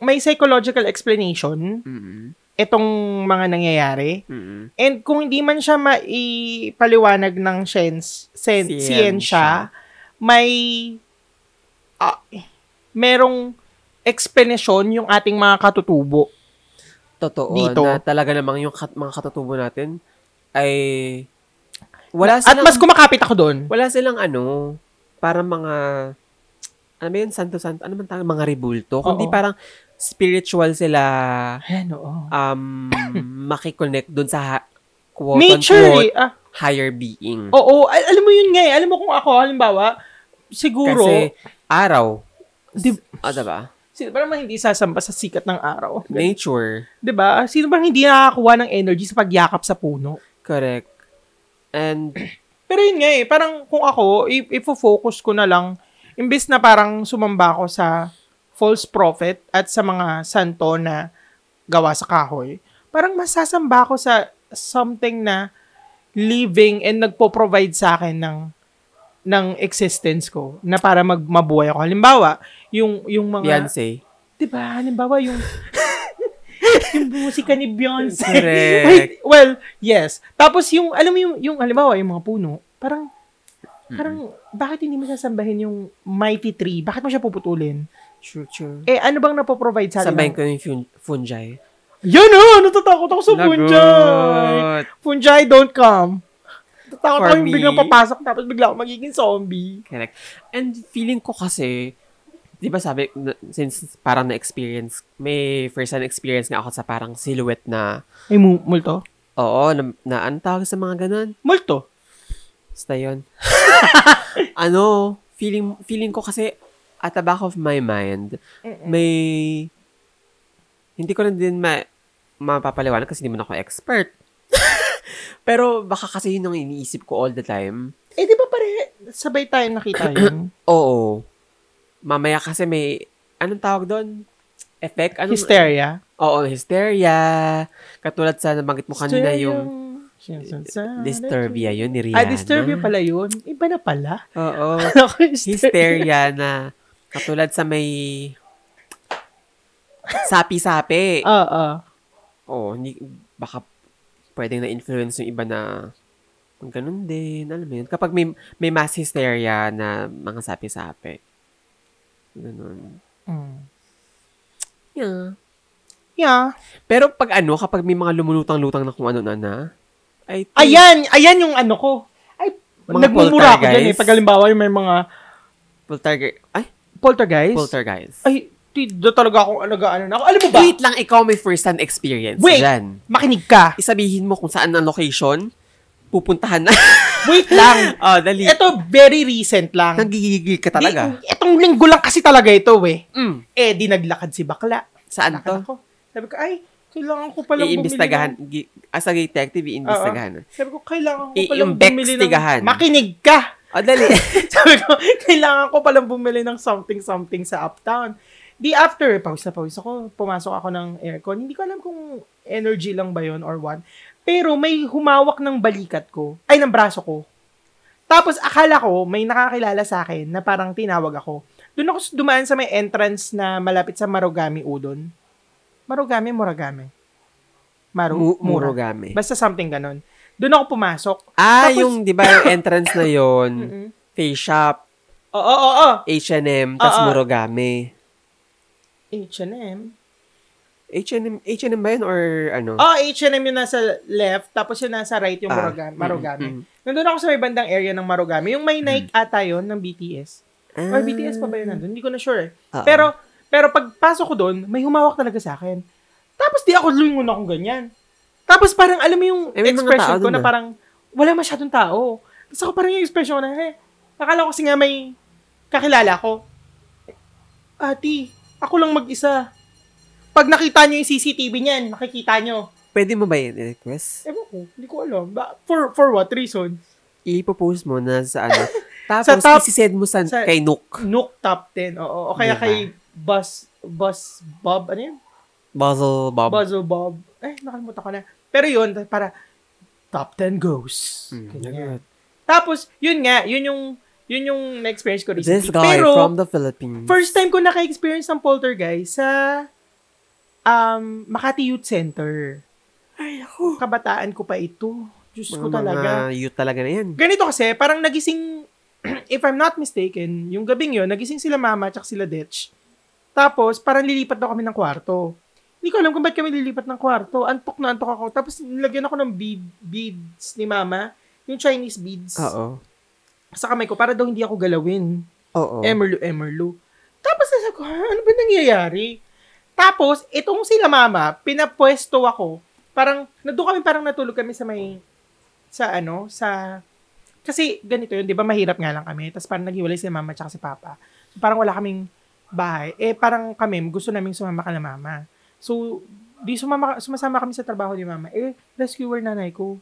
Speaker 2: may psychological explanation
Speaker 1: Mm-mm.
Speaker 2: itong mga nangyayari.
Speaker 1: Mm-mm.
Speaker 2: And kung hindi man siya maipaliwanag ng science, sen,
Speaker 1: Siyensya.
Speaker 2: siyensya, may ah, merong explanation yung ating mga katutubo.
Speaker 1: totoo
Speaker 2: Dito.
Speaker 1: na talaga namang yung kat- mga katutubo natin ay wala
Speaker 2: At
Speaker 1: silang,
Speaker 2: mas kumakapit ako doon.
Speaker 1: wala silang ano, para mga, ano ba yun, santo-santo, ano man tawag, mga rebulto, kundi
Speaker 2: Oo.
Speaker 1: parang spiritual sila
Speaker 2: Ayan, oo.
Speaker 1: um, makikonnect dun sa ha-
Speaker 2: Nature, Oh,
Speaker 1: quote-unquote
Speaker 2: eh. Ah,
Speaker 1: higher being.
Speaker 2: Oo, al- alam mo yun nga eh. Alam mo kung ako, halimbawa, siguro,
Speaker 1: Kasi araw,
Speaker 2: Di-
Speaker 1: ah, diba?
Speaker 2: Sino ba naman hindi sasampa sa sikat ng araw?
Speaker 1: Nature.
Speaker 2: 'Di ba? Sino ba hindi nakakakuha ng energy sa pagyakap sa puno?
Speaker 1: Correct. And,
Speaker 2: Pero yun nga eh, parang kung ako, i- ifo-focus ko na lang, imbes na parang sumamba ako sa false prophet at sa mga santo na gawa sa kahoy, parang masasamba ako sa something na living and nagpo-provide sa akin ng ng existence ko na para mag mabuhay ako. Halimbawa, yung yung mga
Speaker 1: Beyonce.
Speaker 2: 'di ba? Halimbawa yung yung musika ni Beyonce.
Speaker 1: Correct.
Speaker 2: Wait, well, yes. Tapos yung alam mo yung yung halimbawa yung mga puno, parang parang bakit hindi mo sasambahin yung mighty tree? Bakit mo siya puputulin?
Speaker 1: True, true.
Speaker 2: Eh ano bang napoprovide sa
Speaker 1: Sabayin
Speaker 2: atin?
Speaker 1: ko yung fun- fungi.
Speaker 2: Yun oh, natatakot ako sa fungi.
Speaker 1: Lagot.
Speaker 2: Fungi don't come. Natatakot
Speaker 1: For
Speaker 2: ako yung
Speaker 1: me-
Speaker 2: biglang papasok tapos bigla ako magiging zombie.
Speaker 1: Correct. And feeling ko kasi, di ba sabi, na- since parang na-experience, may first-hand experience nga ako sa parang silhouette na,
Speaker 2: Ay, mu- multo?
Speaker 1: oo, na, na ano tawag sa mga ganun?
Speaker 2: Multo?
Speaker 1: Basta yun. ano, feeling, feeling ko kasi, at the back of my mind, may, hindi ko rin din ma, mapapaliwanag kasi hindi mo ako expert. Pero baka kasi yun ang iniisip ko all the time.
Speaker 2: Eh, di ba pare, sabay tayo nakita yun?
Speaker 1: Oo. Mamaya kasi may, anong tawag doon? Effect? Anong,
Speaker 2: Hysteria.
Speaker 1: Oo, hysteria. Katulad sa nabanggit mo kanina yung disturbia yun ni Rihanna.
Speaker 2: Ah, disturbia pala yun. Iba na pala.
Speaker 1: Oo.
Speaker 2: Akala ko hysteria.
Speaker 1: hysteria na katulad sa may sapi-sapi.
Speaker 2: Oo. oo.
Speaker 1: Oo, hindi, baka pwedeng na-influence yung iba na ganun din, alam mo yun. Kapag may, may mass hysteria na mga sapi-sapi. Ganun.
Speaker 2: Mm.
Speaker 1: Yeah.
Speaker 2: Yeah.
Speaker 1: Pero pag ano, kapag may mga lumulutang-lutang na kung ano na na, I think,
Speaker 2: Ayan! Ayan yung ano ko. Ay,
Speaker 1: Mga
Speaker 2: nagmumura ako dyan eh.
Speaker 1: poltergeist.
Speaker 2: Pag halimbawa yung may mga
Speaker 1: poltergeist, ay,
Speaker 2: poltergeist.
Speaker 1: poltergeist.
Speaker 2: Ay, tito talaga ako nag-ano na ako. Alam mo Ano ba?
Speaker 1: Wait lang, ikaw may first-hand experience.
Speaker 2: Wait.
Speaker 1: Dyan.
Speaker 2: Makinig ka.
Speaker 1: Isabihin mo kung saan ang location, pupuntahan na.
Speaker 2: Wait lang.
Speaker 1: Ah, dali.
Speaker 2: Ito, very recent lang.
Speaker 1: Nagigigil ka talaga.
Speaker 2: Di- Itong linggo lang kasi talaga ito eh.
Speaker 1: Mm.
Speaker 2: Eh, di naglakad si bakla.
Speaker 1: Saan
Speaker 2: Naglakad
Speaker 1: to?
Speaker 2: ako. Sabi ko, ay, kailangan ko palang bumili. ng-
Speaker 1: Iimbestagahan. Gi- ah, As a detective, iimbestagahan.
Speaker 2: Sabi ko, kailangan ko
Speaker 1: I-
Speaker 2: palang
Speaker 1: yung Bex
Speaker 2: bumili ng...
Speaker 1: tigahan.
Speaker 2: Makinig ka!
Speaker 1: O, Oh, dali.
Speaker 2: Sabi ko, kailangan ko palang bumili ng something-something sa Uptown. Di after, pawis na pawis ako, pumasok ako ng aircon. Hindi ko alam kung energy lang ba yon or what. Pero may humawak ng balikat ko, ay ng braso ko. Tapos akala ko may nakakilala sa akin na parang tinawag ako. Doon ako dumaan sa may entrance na malapit sa Marugami Udon. Marugami, Muragami. Maru,
Speaker 1: Mu-
Speaker 2: Mura.
Speaker 1: Murugame.
Speaker 2: Basta something ganun. Doon ako pumasok.
Speaker 1: Ah,
Speaker 2: Tapos-
Speaker 1: yung, di ba, yung entrance na yon
Speaker 2: Mm-mm.
Speaker 1: Face shop,
Speaker 2: Oo, oo, oo.
Speaker 1: H&M, tas
Speaker 2: Ah, ah.
Speaker 1: Murugame.
Speaker 2: H&M.
Speaker 1: H&M, H&M ba yun or ano?
Speaker 2: Oh, H&M yung nasa left, tapos yung nasa right yung
Speaker 1: Ah,
Speaker 2: Marugami.
Speaker 1: mm,
Speaker 2: Marugami.
Speaker 1: mm.
Speaker 2: Nandun ako sa may bandang area ng Marugami. Yung may Nike ata yun ng BTS. Or BTS pa ba yun nandun? Hindi ko na sure eh.
Speaker 1: Ah, ah.
Speaker 2: Pero, pero pagpasok ko doon, may humawak talaga sa akin. Tapos di ako lumingon akong ganyan. Tapos parang, alam mo yung
Speaker 1: Eh, may mga
Speaker 2: expression
Speaker 1: tao
Speaker 2: ko
Speaker 1: dun
Speaker 2: na
Speaker 1: ah.
Speaker 2: parang, wala masyadong tao. Tapos ako parang yung expression ko na, eh, akala ko kasi nga may kakilala ko. Ati, ako lang mag-isa. Pag nakita nyo yung CCTV niyan, makikita nyo.
Speaker 1: Pwede mo ba yun request?
Speaker 2: Ewan ko, hindi ko alam. Ba- For, for what reason?
Speaker 1: Ipopost mo na sa ano. Tapos,
Speaker 2: Sa top-
Speaker 1: isisend mo sa,
Speaker 2: sa-
Speaker 1: kay Nook.
Speaker 2: Nook top 10, oo. O kaya
Speaker 1: Diba?
Speaker 2: kay Buzz, Buzz Bob, ano yun?
Speaker 1: Buzzle Bob.
Speaker 2: Buzzo Bob. Eh, nakalimutan ko na. Pero yun, para top 10 goes.
Speaker 1: Mm,
Speaker 2: Ganyan. Tapos, yun nga, yun yung, yun yung na-experience ko recently.
Speaker 1: This guy
Speaker 2: Pero,
Speaker 1: from the Philippines.
Speaker 2: first time ko naka-experience ng poltergeist sa um, Makati Youth Center.
Speaker 1: Ay, ako.
Speaker 2: Kabataan ko pa ito. Diyos ko
Speaker 1: Mga,
Speaker 2: talaga.
Speaker 1: mga youth talaga na yan.
Speaker 2: Ganito kasi, parang nagising, if I'm not mistaken, yung gabing yun, nagising sila mama at sila Detch. Tapos, parang lilipat daw kami ng kwarto. Hindi ko alam kung ba't kami lilipat ng kwarto. Antok na antok ako. Tapos, nilagyan ako ng bead, beads ni mama. Yung Chinese beads.
Speaker 1: Oo.
Speaker 2: Sa kamay ko, para daw hindi ako galawin.
Speaker 1: Oo.
Speaker 2: Emerlu, Emerlu. Tapos, nasa ko, "Ha? ano ba nangyayari? Tapos, itong sila mama, pinapwesto ako. Parang, nandun kami, parang natulog kami sa may, sa ano, sa, kasi ganito yun, di ba, mahirap nga lang kami. Tapos parang naghiwalay si mama tsaka si papa. So, parang wala kaming bahay. Eh, parang kami, gusto namin sumama ka na mama. So, di sumama, sumasama kami sa trabaho ni mama. Eh, rescuer nanay ko.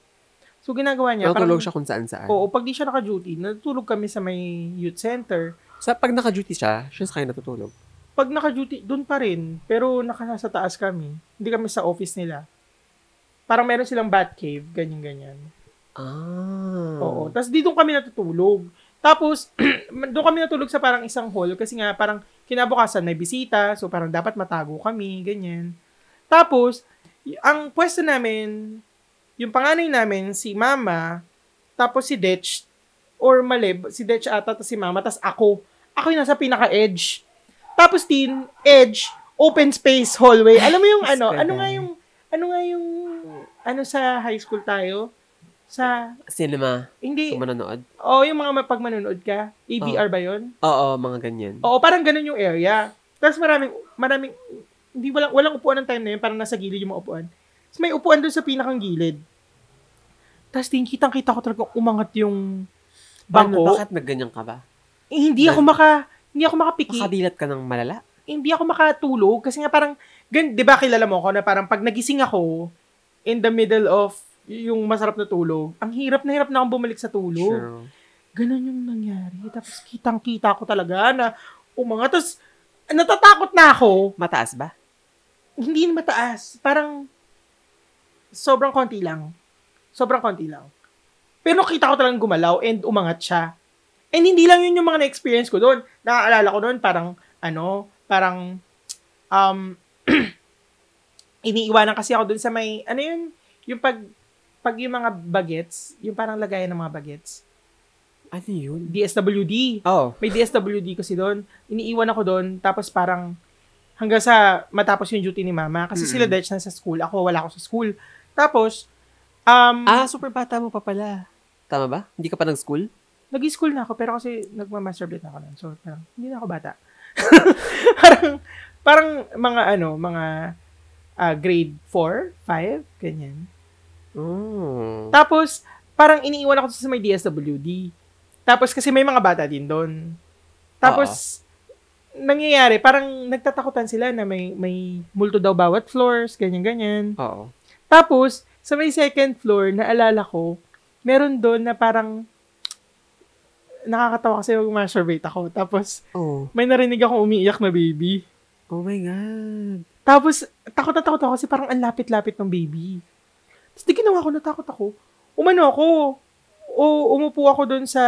Speaker 2: So, ginagawa niya. parang- Oh.
Speaker 1: Natulog siya kung saan saan.
Speaker 2: Oo, pag di siya naka-duty, natutulog kami sa may youth center.
Speaker 1: Sa pag naka-duty siya, siya sa kanya natutulog.
Speaker 2: Pag naka-duty, doon pa rin. Pero nakanasa taas kami. Hindi kami sa office nila. Parang meron silang Batcave, ganyan-ganyan.
Speaker 1: Ah.
Speaker 2: Oo. Tapos di doon kami natutulog. Tapos, doon kami natulog sa parang isang hall kasi nga parang kinabukasan may bisita, so parang dapat matago kami, ganyan. Tapos, y- ang pwesto namin, yung panganay namin, si Mama, tapos si Detch, or Malib, si Detch ata, tapos si Mama, tapos ako. Ako yung nasa pinaka-edge. Tapos din, edge, open space, hallway. Alam mo yung ano, ano nga yung, ano nga yung, ano sa high school tayo? Sa,
Speaker 1: Cinema.
Speaker 2: hindi,
Speaker 1: Kung manonood.
Speaker 2: Oo, Oh, yung mga ma- pag manonood ka, ABR ba yun?
Speaker 1: Oo, mga ganyan.
Speaker 2: Oo, parang ganun yung area. Tapos maraming, maraming, hindi, walang, walang upuan ng time na yun, parang nasa gilid yung mga upuan. Tapos may upuan doon sa pinakang gilid. Tapos din, kitang-kita ko talaga umangat yung
Speaker 1: Paano,
Speaker 2: bangko.
Speaker 1: bakit nagganyan ka ba?
Speaker 2: Eh, hindi ako maka, hindi ako makapiki,
Speaker 1: Makadilat ka ng malala.
Speaker 2: hindi ako makatulog. Kasi nga parang, gan, di ba kilala mo ako na parang pag nagising ako, in the middle of yung masarap na tulog, ang hirap na hirap na akong bumalik sa tulog.
Speaker 1: Sure.
Speaker 2: ganun yung nangyari. Tapos kitang-kita ko talaga na umangat. Tapos natatakot na ako.
Speaker 1: Mataas ba?
Speaker 2: Hindi na mataas. Parang sobrang konti lang. Sobrang konti lang. Pero kita ko talagang gumalaw and umangat siya. And hindi lang yun yung mga na-experience ko doon. Nakaalala ko doon parang ano, parang um iniiwanan kasi ako doon sa may ano yun, yung pag pag yung mga bagets, yung parang lagayan ng mga bagets.
Speaker 1: Ano yun?
Speaker 2: DSWD
Speaker 1: Oh.
Speaker 2: may DSWD kasi doon. Iniiwan ako doon. Tapos parang hanggang sa matapos yung duty ni mama. Kasi
Speaker 1: Mm-mm.
Speaker 2: sila Dutch na sa school. Ako wala ako sa school. Tapos, um,
Speaker 1: Ah, super bata mo pa pala. Tama ba? Hindi ka pa nag-school?
Speaker 2: nag-school na ako. Pero kasi nagma-masturbate na ako nun. So, parang, hindi na ako bata. parang, parang mga ano, mga ah, grade 4, 5, ganyan.
Speaker 1: Oh.
Speaker 2: Tapos, parang iniiwan ako sa may DSWD. Tapos, kasi may mga bata din doon. Tapos, nangyayari, parang nagtatakutan sila na may, may multo daw bawat floors, ganyan-ganyan.
Speaker 1: Oo.
Speaker 2: Tapos, sa may second floor, naalala ko, meron doon na parang nakakatawa kasi mag-masturbate ako. Tapos,
Speaker 1: Oh.
Speaker 2: may narinig akong umiiyak na baby.
Speaker 1: Oh my God.
Speaker 2: Tapos, takot na takot ako kasi parang ang lapit-lapit ng baby. Tapos, di ginawa ko, natakot ako. Umano ako. O, umupo ako doon sa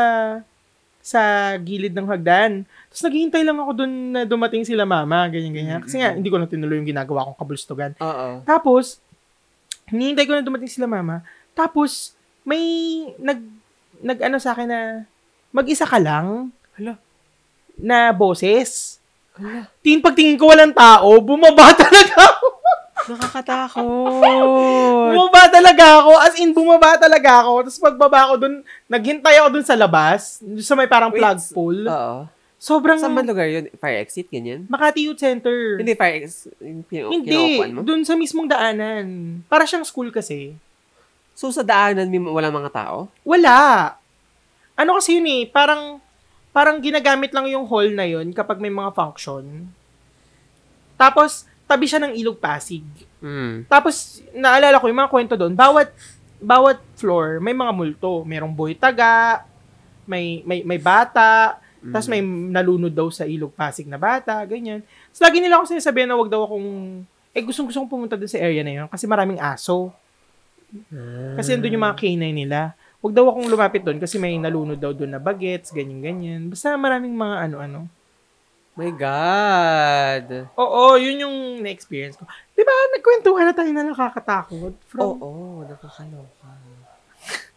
Speaker 2: sa gilid ng hagdan. Tapos, naghihintay lang ako doon na dumating sila mama, ganyan-ganyan. Kasi nga, hindi ko na tinuloy yung ginagawa kong kabulstugan.
Speaker 1: Oo.
Speaker 2: Tapos, hinihintay ko na dumating sila mama. Tapos, may nag, nag ano sa akin na, mag-isa ka lang.
Speaker 1: Hala.
Speaker 2: Na boses.
Speaker 1: Hala.
Speaker 2: Tin, pagtingin ko walang tao, bumaba talaga ako.
Speaker 1: Nakakatakot.
Speaker 2: Bumaba talaga ako. As in, bumaba talaga ako. Tapos pagbaba ako dun, naghintay ako dun sa labas. Dun sa may parang
Speaker 1: Wait,
Speaker 2: plug pool.
Speaker 1: Oo.
Speaker 2: Sobrang
Speaker 1: Saan man lugar yun? Fire exit, ganyan?
Speaker 2: Makati Youth Center.
Speaker 1: Hindi, fire exit. Hindi.
Speaker 2: Hindi.
Speaker 1: mo?
Speaker 2: Dun sa mismong daanan. Para siyang school kasi.
Speaker 1: So, sa daanan, may wala mga tao?
Speaker 2: Wala. Ano kasi yun eh, parang, parang ginagamit lang yung hall na yun kapag may mga function. Tapos, tabi siya ng ilog pasig.
Speaker 1: Hmm.
Speaker 2: Tapos, naalala ko yung mga kwento doon, bawat, bawat floor, may mga multo. Merong boy taga, may, may, may bata, Hmm. tapos may nalunod daw sa ilog pasig na bata, ganyan. Tapos lagi nila ako sinasabihan na wag daw akong, eh gustong gusto kong pumunta doon sa area na yun kasi maraming aso.
Speaker 1: Ah.
Speaker 2: Kasi nandun yung mga canine nila. Wag daw akong lumapit doon kasi may nalunod daw doon na bagets, ganyan-ganyan. Basta maraming mga ano-ano.
Speaker 1: My God.
Speaker 2: Oo, yun yung na-experience ko. Di ba, nagkwentuhan na tayo na nakakatakot. From,
Speaker 1: Oo, nakakaloka.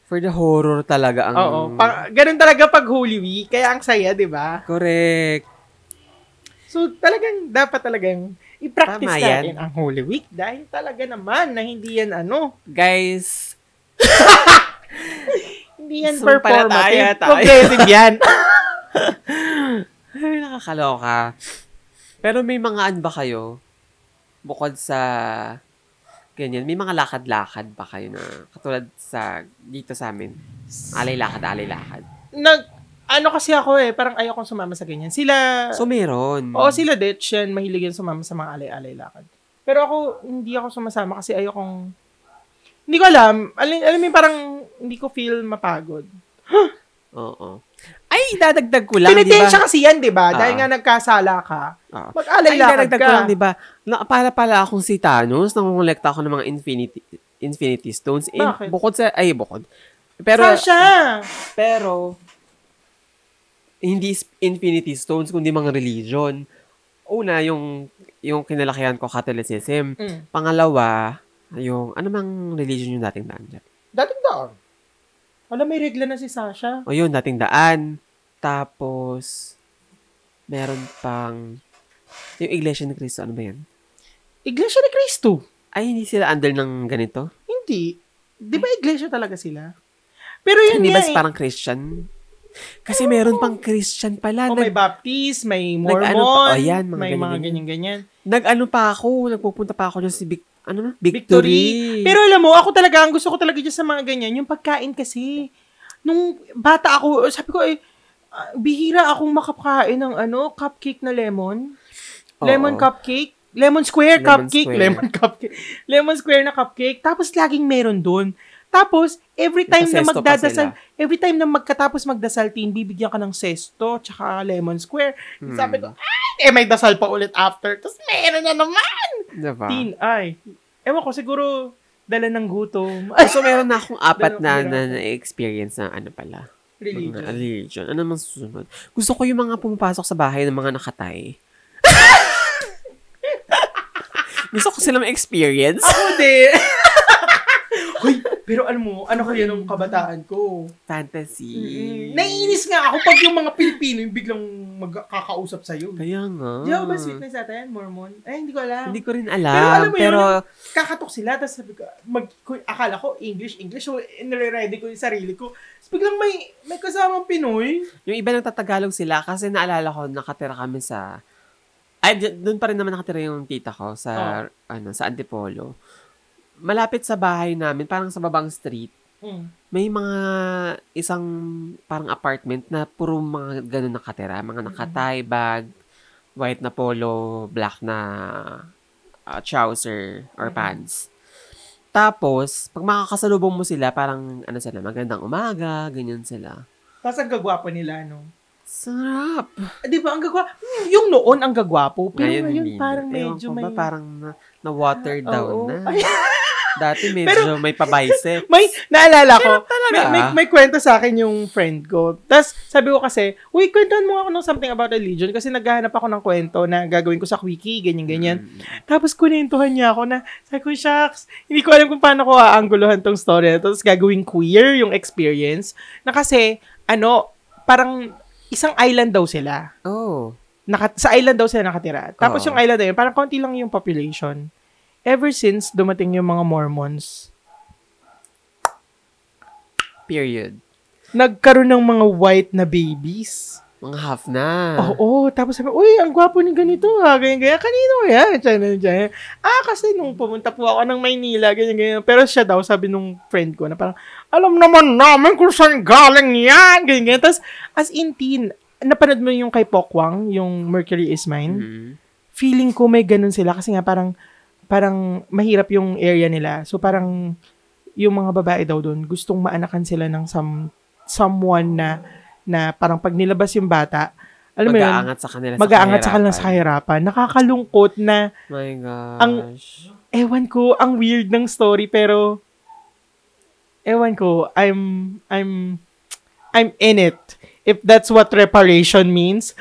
Speaker 1: For the horror talaga ang...
Speaker 2: Oo. Pa- ganun talaga pag Holy Week. Kaya ang saya, di ba?
Speaker 1: Correct.
Speaker 2: So, talagang dapat talagang i-practice
Speaker 1: Tama yan.
Speaker 2: natin ang Holy Week dahil talaga naman na hindi yan ano,
Speaker 1: Guys,
Speaker 2: hindi yan
Speaker 1: Sumpalataya
Speaker 2: performative.
Speaker 1: tayo.
Speaker 2: Progressive yan.
Speaker 1: ay, nakakaloka. Pero may mga ano ba kayo? Bukod sa ganyan, may mga lakad-lakad ba kayo na katulad sa dito sa amin? Alay lakad, alay lakad.
Speaker 2: Nag, ano kasi ako eh, parang ayokong sumama sa ganyan. Sila,
Speaker 1: So, meron.
Speaker 2: oo sila Dutch yan, mahilig yan sumama sa mga alay-alay lakad. Pero ako, hindi ako sumasama kasi ayokong, hindi ko alam, alam, alam mo yung parang, hindi ko feel mapagod.
Speaker 1: Oo. Ay, dadagdag ko lang, di
Speaker 2: Pinitensya
Speaker 1: ba?
Speaker 2: kasi yan, di ba?
Speaker 1: Ah.
Speaker 2: Dahil nga nagkasala ka,
Speaker 1: Oo.
Speaker 2: mag-alay
Speaker 1: Ay,
Speaker 2: lakad
Speaker 1: dadagdag
Speaker 2: ka.
Speaker 1: ko lang, di ba? Na, para pala akong si Thanos, nangongolekta ako ng mga Infinity Infinity Stones. And
Speaker 2: Bakit?
Speaker 1: bukod sa, ay, bukod. Pero,
Speaker 2: Saan siya?
Speaker 1: pero, hindi s- Infinity Stones, kundi mga religion. Una, yung, yung kinalakihan ko, Catholicism.
Speaker 2: Mm.
Speaker 1: Pangalawa, yung, ano mang religion yung dating daan dyan?
Speaker 2: Dating taon. Alam, may regla na si Sasha.
Speaker 1: O yun, dating daan. Tapos, meron pang, yung Iglesia ni Cristo, ano ba yan?
Speaker 2: Iglesia ni Cristo.
Speaker 1: Ay, hindi sila under ng ganito?
Speaker 2: Hindi. Di ba iglesia talaga sila? Pero yun
Speaker 1: Hindi ba
Speaker 2: nga eh.
Speaker 1: parang Christian? Kasi meron pang Christian pala.
Speaker 2: O Oh, may
Speaker 1: nag,
Speaker 2: Baptist, may
Speaker 1: Nag-ano
Speaker 2: Mormon,
Speaker 1: pa- oh, yan, mga
Speaker 2: may mga
Speaker 1: ganyan-ganyan.
Speaker 2: ganyan-ganyan.
Speaker 1: nag-ano pa ako, nagpupunta pa ako dyan si Vic, ano na?
Speaker 2: Victory.
Speaker 1: Victory.
Speaker 2: Pero alam mo, ako talaga, ang gusto ko talaga dyan sa mga ganyan, yung pagkain kasi. Nung bata ako, sabi ko eh, ah, bihira akong makakain ng ano, cupcake na lemon.
Speaker 1: Oo.
Speaker 2: Lemon cupcake. Lemon square
Speaker 1: Lemon
Speaker 2: cupcake.
Speaker 1: square.
Speaker 2: Lemon cupcake. Lemon square na cupcake. Tapos laging meron doon. Tapos, every time na
Speaker 1: Nakasesto pa
Speaker 2: magdadasal, every time na magkatapos magdasal, tin, bibigyan ka ng sesto, tsaka lemon square.
Speaker 1: Hmm.
Speaker 2: Sabi ko, ay, eh, may dasal pa ulit after. Tapos, meron na naman.
Speaker 1: diba?
Speaker 2: Tin, ay. Ewan ko, siguro, dala ng gutom.
Speaker 1: Ah, So, meron na akong apat na,
Speaker 2: Dalawang
Speaker 1: na, na-experience na ano pala. Mga
Speaker 2: Religion.
Speaker 1: religion. Ano mang susunod? Gusto ko yung mga pumapasok sa bahay ng mga nakatay. Gusto ko silang experience.
Speaker 2: Hindi. Hoy, pero alam mo, ano kaya nung kabataan ko?
Speaker 1: Fantasy.
Speaker 2: Mm. Naiinis nga ako pag yung mga Pilipino yung biglang magkakausap sa'yo.
Speaker 1: Kaya nga.
Speaker 2: Di ba ba sweet na sa atin? Mormon? Eh, hindi ko
Speaker 1: Ah.
Speaker 2: alam.
Speaker 1: Hindi ko rin
Speaker 2: Pero alam
Speaker 1: alam.
Speaker 2: mo
Speaker 1: Pero,
Speaker 2: yun, ano? kakatok sila, tapos sabi ko, mag, ko- akala ko, English, English, so nire-ready ko yung sarili ko. Tapos biglang may, may kasamang Pinoy.
Speaker 1: yung iba nagtatagalog sila kasi naalala ko nakatira kami sa ay d- doon pa rin naman nakatira yung tita ko sa
Speaker 2: Oh.
Speaker 1: ano sa Antipolo. Malapit sa bahay namin, parang sa babang street, may mga isang parang apartment na puro mga ganun nakatira, mga nakatay bag, white na polo, black na ah, trouser or
Speaker 2: Mhm.
Speaker 1: pants. Tapos, pag makakasalubong mo sila, parang ano sila, magandang umaga, ganyan sila.
Speaker 2: Tapos ang gagwapo nila, no?
Speaker 1: Sarap!
Speaker 2: Ah, Di ba, ang gagwapo? Yung noon, ang gagwapo. Pero
Speaker 1: Ngayon,
Speaker 2: ngayon,
Speaker 1: hindi na.
Speaker 2: parang
Speaker 1: Ewan
Speaker 2: medyo
Speaker 1: ko
Speaker 2: may... Ah,
Speaker 1: Ba, parang na, water down
Speaker 2: Oo.
Speaker 1: na.
Speaker 2: Ay,
Speaker 1: Dati medyo
Speaker 2: Pero-
Speaker 1: may pabicep.
Speaker 2: may, naalala ko,
Speaker 1: Hirap talaga.
Speaker 2: may, may, may kwento sa akin yung friend ko. Tapos, sabi ko kasi, uy, kwentuhan mo ako ng something about religion kasi naghahanap ako ng kwento na gagawin ko sa wiki, ganyan-ganyan.
Speaker 1: Mm.
Speaker 2: Tapos kunentuhan niya ako na, sabi ko, shucks, hindi ko alam kung paano ko aanggulohan tong story na to. Tapos gagawing queer yung experience. Na kasi, ano, parang isang island daw sila.
Speaker 1: Oh.
Speaker 2: Naka, sa island daw sila nakatira. Tapos
Speaker 1: Oo.
Speaker 2: yung island na yun, parang konti lang yung population. Ever since dumating yung mga Mormons,
Speaker 1: Period.
Speaker 2: nagkaroon ng mga white na babies.
Speaker 1: Mga half na.
Speaker 2: Oo, tapos sabi, uy, ang gwapo ni ganito ha, ganyan-ganyan. Kanino yan? Channel dyan. Ah, kasi nung pumunta po ako ng Maynila, ganyan-ganyan. Pero siya daw, sabi nung friend ko na parang, alam naman namin kung saan galing yan, ganyan-ganyan. Tapos, as in teen, napanood mo yung kay Pokwang, yung Mercury is Mine?
Speaker 1: Mhm.
Speaker 2: Feeling ko may ganun sila kasi nga parang, parang mahirap yung area nila. So parang, yung mga babae daw doon, gustong maanakan sila ng some, someone na, na parang pag nilabas yung bata, alam mo yun,
Speaker 1: Mag-aangat sa kanila
Speaker 2: mag-aangat sa kanila
Speaker 1: kahirapan.
Speaker 2: sa kahirapan. Nakakalungkot na,
Speaker 1: My gosh.
Speaker 2: Ang- ewan ko, ang weird ng story, pero, ewan ko, I'm, I'm, I'm in it. If that's what reparation means.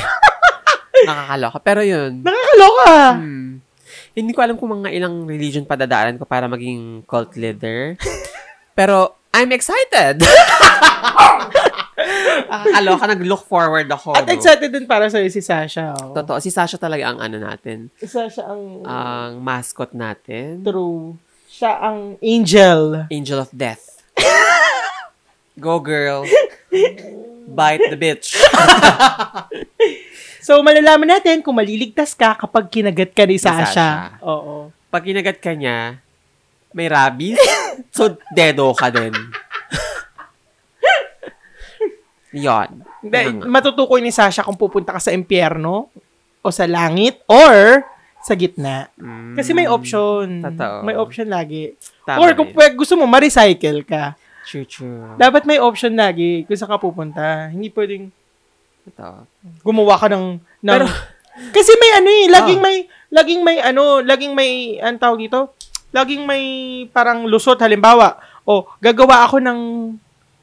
Speaker 1: Nakakaloka. Pero yun.
Speaker 2: Nakakaloka!
Speaker 1: hmm. Hindi ko alam kung mga ilang religion padadaanan ko para maging cult leader. Pero, I'm excited! Nakakaloka. Nag-look forward ako.
Speaker 2: At
Speaker 1: no?
Speaker 2: excited din para sa'yo si Sasha. oh.
Speaker 1: Totoo. Si Sasha talaga ang ano natin.
Speaker 2: Sasha ang
Speaker 1: ang mascot natin,
Speaker 2: true. Siya ang angel.
Speaker 1: Angel of Death. Go girl. Bite the bitch.
Speaker 2: So, malalaman natin kung maliligtas ka kapag kinagat ka ni Sasha.
Speaker 1: Sasha.
Speaker 2: Oo.
Speaker 1: Pag kinagat ka niya, may rabies. So, dedo ka din. Yon.
Speaker 2: Hindi,
Speaker 1: Yun na nga.
Speaker 2: matutukoy ni Sasha kung pupunta ka sa impyerno o sa langit or sa gitna.
Speaker 1: Mm,
Speaker 2: Kasi may option.
Speaker 1: Totoo.
Speaker 2: May option lagi.
Speaker 1: Tama
Speaker 2: or kung
Speaker 1: rin.
Speaker 2: pwede, gusto mo, ma-recycle ka.
Speaker 1: True, true.
Speaker 2: Dapat may option lagi kung saan ka pupunta. Hindi pwedeng
Speaker 1: Totoo.
Speaker 2: gumawa ka ng, ng
Speaker 1: Pero-
Speaker 2: kasi may ano eh, laging
Speaker 1: Ah.
Speaker 2: may laging may ano, laging may ang tawag dito, laging may parang lusot halimbawa, o gagawa ako ng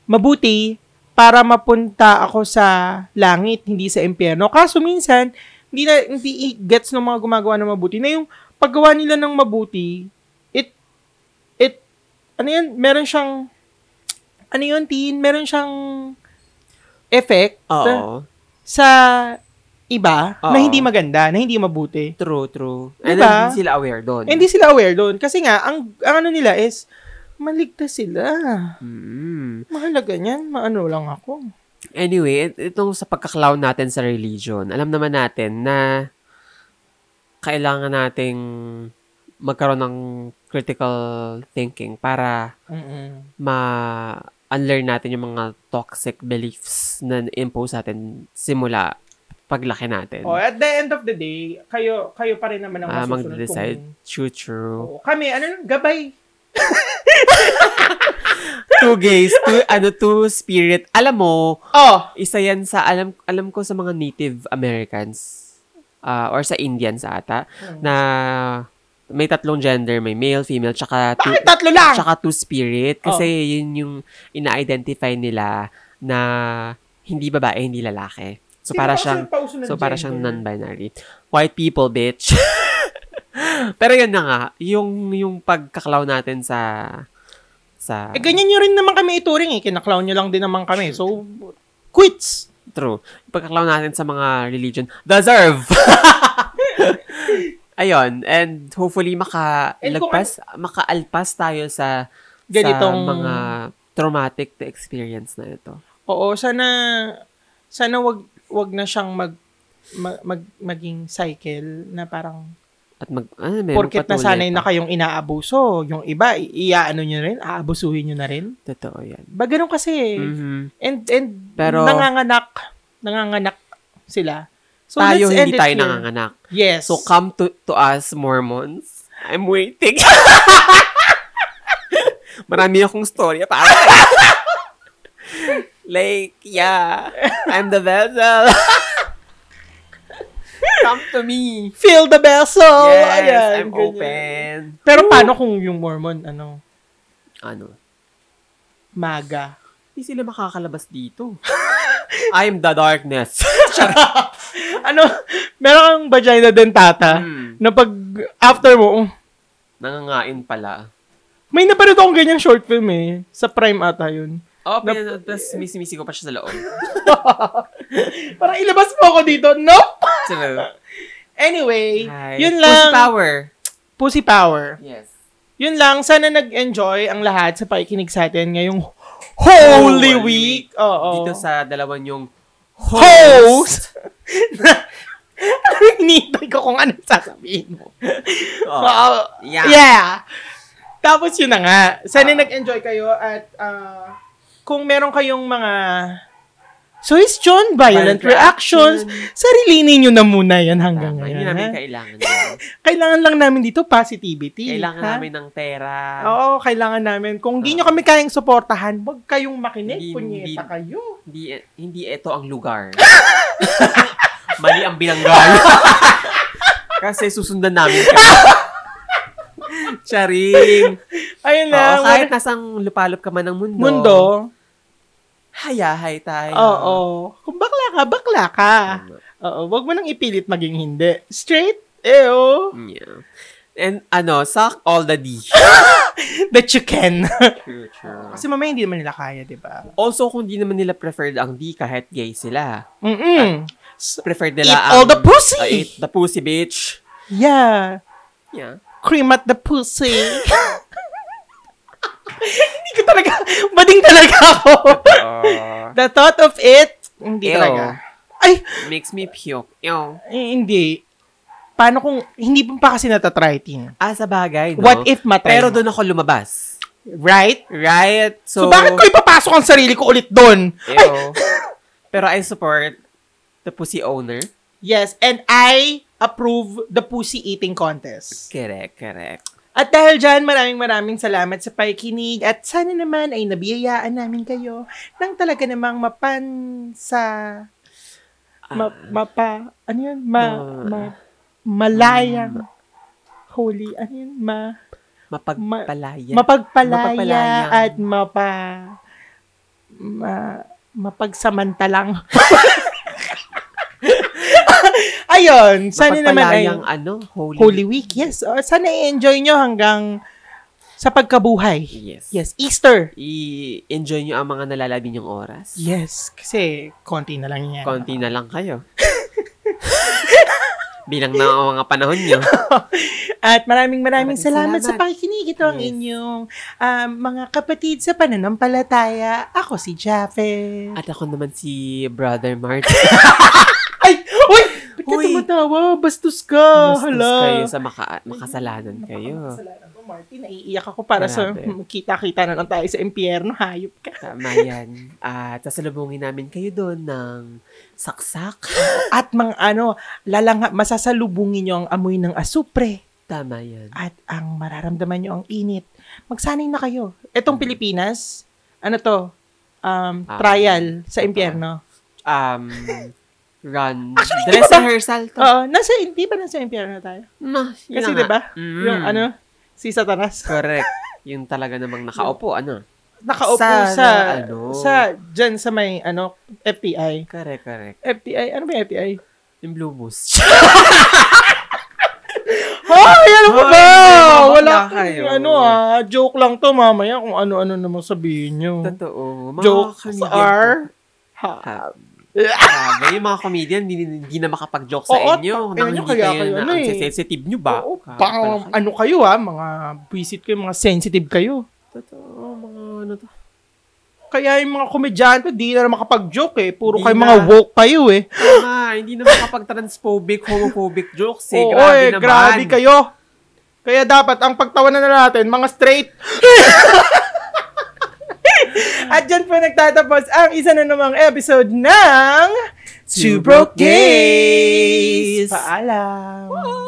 Speaker 2: mabuti para mapunta ako sa langit, hindi sa impyerno. Kaso minsan, hindi na hindi gets ng mga gumagawa ng mabuti na yung paggawa nila ng mabuti, it it ano yan, meron siyang ano yun, Tin? Meron siyang effect
Speaker 1: Oo.
Speaker 2: sa iba na
Speaker 1: Oo.
Speaker 2: hindi maganda, na hindi mabuti.
Speaker 1: True, true.
Speaker 2: Diba?
Speaker 1: And hindi sila aware doon.
Speaker 2: Hindi sila aware doon. Kasi nga, ang, ang ano nila is, maligtas sila.
Speaker 1: Mm.
Speaker 2: Mahalaga niyan. Maano lang ako.
Speaker 1: Anyway, it- itong sa pagka-clown natin sa religion, alam naman natin na kailangan nating magkaroon ng critical thinking para ma-unlearn natin yung mga toxic beliefs na impose natin simula paglaki natin.
Speaker 2: Oh, at the end of the day, kayo kayo pa rin naman ang
Speaker 1: Ah,
Speaker 2: masusunod
Speaker 1: mag-decide.
Speaker 2: kung-
Speaker 1: True, true.
Speaker 2: Oo, kami, ano lang, gabay.
Speaker 1: two gays, two, ano, two spirit. Alam mo,
Speaker 2: Oh,
Speaker 1: isa yan sa alam alam ko sa mga Native Americans ah, or sa Indians ata
Speaker 2: Hmm.
Speaker 1: na may tatlong gender, may male, female, tsaka two,
Speaker 2: bakit tatlo lang? Oh.
Speaker 1: tsaka two spirit kasi yun yung ina-identify nila na hindi babae, hindi lalaki. So
Speaker 2: Sino
Speaker 1: para
Speaker 2: pa
Speaker 1: siyang
Speaker 2: uso- pauso ng
Speaker 1: so para
Speaker 2: gender?
Speaker 1: siyang non-binary. White people, bitch. Pero yun na nga, yung yung pagkaklaw natin sa sa
Speaker 2: Eh, ganyan nyo rin naman kami ituring eh. Kinaklown nyo lang din naman kami. So, quits.
Speaker 1: True. Pagkaklaw natin sa mga religion, deserve! Ayun, and hopefully
Speaker 2: And kung ano-
Speaker 1: makalagpas, makaalpas tayo sa,
Speaker 2: Ganitong-
Speaker 1: sa mga traumatic na experience na ito.
Speaker 2: Oo, sana sana wag wag na siyang mag ma- mag, maging cycle na parang
Speaker 1: At mag, ano, meron
Speaker 2: porket na
Speaker 1: patuloy
Speaker 2: sanay na
Speaker 1: pa.
Speaker 2: kayong inaabuso, yung iba i- iaano nyo rin, aabusuhin nyo na rin.
Speaker 1: Totoo yan.
Speaker 2: Ba ganun kasi. eh.
Speaker 1: Mhm.
Speaker 2: And and
Speaker 1: Pero-
Speaker 2: nanganganak, nanganganak sila. So
Speaker 1: tayo,
Speaker 2: let's
Speaker 1: hindi
Speaker 2: end it
Speaker 1: tayo
Speaker 2: here.
Speaker 1: nanganganak.
Speaker 2: Yes.
Speaker 1: So come to, to us, Mormons. I'm waiting. Marami akong story para. like, yeah. I'm the vessel. come to me.
Speaker 2: fill the vessel.
Speaker 1: yes,
Speaker 2: Ayan,
Speaker 1: I'm
Speaker 2: ganyan.
Speaker 1: open.
Speaker 2: Pero paano kung yung Mormon ano,
Speaker 1: Ano?
Speaker 2: maga?
Speaker 1: Hindi sila makakalabas dito. I'm the darkness.
Speaker 2: ano, meron kang vagina dentata
Speaker 1: Hmm.
Speaker 2: na pag after mo, oh,
Speaker 1: Nangangain pala.
Speaker 2: may napanood akong ganyang short film eh. Sa Prime ata yun.
Speaker 1: Oh,
Speaker 2: Nap-
Speaker 1: pinanood. Tapos misi-misi ko pa siya sa loob.
Speaker 2: Parang ilabas mo ako dito. Nope!
Speaker 1: Sarap.
Speaker 2: Anyway,
Speaker 1: Hi.
Speaker 2: yun
Speaker 1: Pussy
Speaker 2: lang.
Speaker 1: power.
Speaker 2: Pussy power.
Speaker 1: Yes.
Speaker 2: Yun lang. Sana nag-enjoy ang lahat sa pakikinig sa atin ngayong Holy
Speaker 1: Holy
Speaker 2: Week. Oo.
Speaker 1: Dito sa dalawan yung
Speaker 2: Host! Hinintay ko kung ano sasabihin mo.
Speaker 1: Oh,
Speaker 2: Oo.
Speaker 1: yeah. Ah.
Speaker 2: Yeah. Tapos yun na nga. Sana nag-enjoy kayo at ah, kung meron kayong mga suggestion,
Speaker 1: Violent
Speaker 2: violent, reactions, sarilinin nyo na muna yan hanggang
Speaker 1: Tama, hindi
Speaker 2: ngayon.
Speaker 1: namin
Speaker 2: ha?
Speaker 1: kailangan. yun.
Speaker 2: Kailangan lang namin dito positivity.
Speaker 1: kailangan
Speaker 2: ha?
Speaker 1: namin ng pera.
Speaker 2: Oo, kailangan namin. Kung hindi nyo kami kayang suportahan, huwag kayong makinig.
Speaker 1: Hindi-
Speaker 2: Punyeta
Speaker 1: hindi-
Speaker 2: kayo.
Speaker 1: Hindi, hindi ito ang lugar. Mali ang bilanggan. Kasi susundan namin kayo. Charing.
Speaker 2: Ayun
Speaker 1: Oo,
Speaker 2: lang.
Speaker 1: kahit nasang lupalop ka man ng mundo.
Speaker 2: mundo.
Speaker 1: Hayahay tayo.
Speaker 2: Oo. Kung bakla ka, bakla ka. Oo, huwag mo nang ipilit maging hindi. Straight, ew,
Speaker 1: Yeah. And ano, suck all the D.
Speaker 2: that you can.
Speaker 1: True, true.
Speaker 2: Kasi mamaya hindi naman nila kaya, di ba?
Speaker 1: Also, kung di naman nila preferred ang D kahit gay sila.
Speaker 2: Mm-mm.
Speaker 1: Preferred nila
Speaker 2: Eat
Speaker 1: ang...
Speaker 2: all the pussy!
Speaker 1: Uh, eat the pussy, bitch.
Speaker 2: Yeah.
Speaker 1: Yeah.
Speaker 2: Cream at the pussy. hindi ko talaga, bading talaga ako.
Speaker 1: Uh,
Speaker 2: The thought of it,
Speaker 1: Ew.
Speaker 2: hindi talaga. Ay,
Speaker 1: makes me puke. Ew.
Speaker 2: eh, hindi. Paano kung, hindi pa kasi natatry, Tin?
Speaker 1: Ah, sa bagay, no?
Speaker 2: What if matay?
Speaker 1: Pero
Speaker 2: mo?
Speaker 1: doon ako lumabas.
Speaker 2: right?
Speaker 1: Right?
Speaker 2: So,
Speaker 1: So,
Speaker 2: bakit ko ipapasok ang sarili ko ulit doon?
Speaker 1: Ew. Pero I support the pussy owner.
Speaker 2: Yes, and I approve the pussy eating contest.
Speaker 1: Correct, correct.
Speaker 2: At dahil dyan, maraming maraming salamat sa pakikinig at sana naman ay nabiyayaan namin kayo ng talaga namang mapan sa ma, mapa, ano yun? Ah. Ma,
Speaker 1: Ma-
Speaker 2: Mm. ma, malayang holy, ano yun? Ma,
Speaker 1: Mapagpalaya.
Speaker 2: mapagpalaya,
Speaker 1: Mapagpalayang.
Speaker 2: at mapa ma, mapagsamantalang. Ayun, sana naman ay
Speaker 1: Mapagpalayang ano? Holy.
Speaker 2: Holy Week. Yes, uh, sana i-enjoy nyo hanggang sa pagkabuhay.
Speaker 1: Yes.
Speaker 2: Yes, Easter.
Speaker 1: I-enjoy nyo ang mga nalalabi nyong oras.
Speaker 2: Yes, kasi konti na lang yan.
Speaker 1: Konti na lang kayo. Bilang na ang mga panahon nyo.
Speaker 2: At maraming maraming
Speaker 1: Maraming
Speaker 2: salamat, sa
Speaker 1: salamat.
Speaker 2: pakikinig. Ito ang
Speaker 1: Yes.
Speaker 2: inyong um, mga kapatid sa pananampalataya. Ako si Jaffe.
Speaker 1: At ako naman si Brother Mart.
Speaker 2: Ay! Uy! Ba't ka
Speaker 1: Uy!
Speaker 2: tumatawa? Bastos ka!
Speaker 1: Bastos
Speaker 2: Hala!
Speaker 1: kayo sa maka- makasalanan kayo.
Speaker 2: Napakasalanan ko, Martin. Naiiyak ako para sa
Speaker 1: Grabe.
Speaker 2: kita-kita na lang tayo sa impyerno. Hayop ka.
Speaker 1: Tama yan. At sasalubungin namin kayo doon ng saksak.
Speaker 2: At mga ano, lalanga, masasalubungin nyo ang amoy ng asupre
Speaker 1: Tama yan.
Speaker 2: at ang mararamdaman nyo ang init. Magsanay na kayo. Etong Pilipinas, ano to? Um,
Speaker 1: Mm. Ah,
Speaker 2: trial sa
Speaker 1: tama.
Speaker 2: impyerno.
Speaker 1: Um, run.
Speaker 2: Actually,
Speaker 1: Dress
Speaker 2: di ba-
Speaker 1: rehearsal to.
Speaker 2: Oo, nasa, hindi ba nasa impyerno tayo?
Speaker 1: Ma, yun
Speaker 2: Kasi
Speaker 1: na nga.
Speaker 2: diba,
Speaker 1: Mm.
Speaker 2: yung ano, si Satanas.
Speaker 1: Correct. Yung talaga namang nakaupo, ano?
Speaker 2: Nakaupo
Speaker 1: Sa-
Speaker 2: sa, sa,
Speaker 1: ano?
Speaker 2: dyan sa may, ano, FTI.
Speaker 1: Correct, correct.
Speaker 2: FTI, ano ba yung FTI?
Speaker 1: Yung blue moose.
Speaker 2: Hoy, ano ba
Speaker 1: Hoy,
Speaker 2: ba?
Speaker 1: mamamala
Speaker 2: Wala
Speaker 1: kayo.
Speaker 2: kayo. Ano ah, joke lang to mamaya kung ano-ano naman sabihin nyo.
Speaker 1: Totoo. Mga
Speaker 2: Jokes
Speaker 1: comedian
Speaker 2: are... Ha.
Speaker 1: Ha- Grabe, yung mga comedian, hindi, hindi na makapag-joke sa
Speaker 2: Oo,
Speaker 1: inyo.
Speaker 2: tangina
Speaker 1: Nang hindi
Speaker 2: nyo, kaya
Speaker 1: kayo,
Speaker 2: kayo
Speaker 1: na,
Speaker 2: ano
Speaker 1: ang
Speaker 2: eh.
Speaker 1: sensitive nyo ba?
Speaker 2: Oo,
Speaker 1: Ka-
Speaker 2: baka
Speaker 1: pala kayo.
Speaker 2: ano kayo ah, mga visit kayo, mga sensitive kayo.
Speaker 1: Totoo, mga ano to.
Speaker 2: Kaya yung mga komedyante, di na makapag-joke eh.
Speaker 1: Di
Speaker 2: Puro kayo
Speaker 1: na.
Speaker 2: mga woke kayo eh.
Speaker 1: Tama, hindi na makapag-transphobic, homophobic jokes eh.
Speaker 2: Oo,
Speaker 1: grabe
Speaker 2: eh,
Speaker 1: naman.
Speaker 2: grabe kayo. Kaya dapat ang pagtawanan na natin, mga straight. At dyan po nagtatapos ang isa na namang episode ng
Speaker 1: Two Broke Gays.
Speaker 2: Paalam!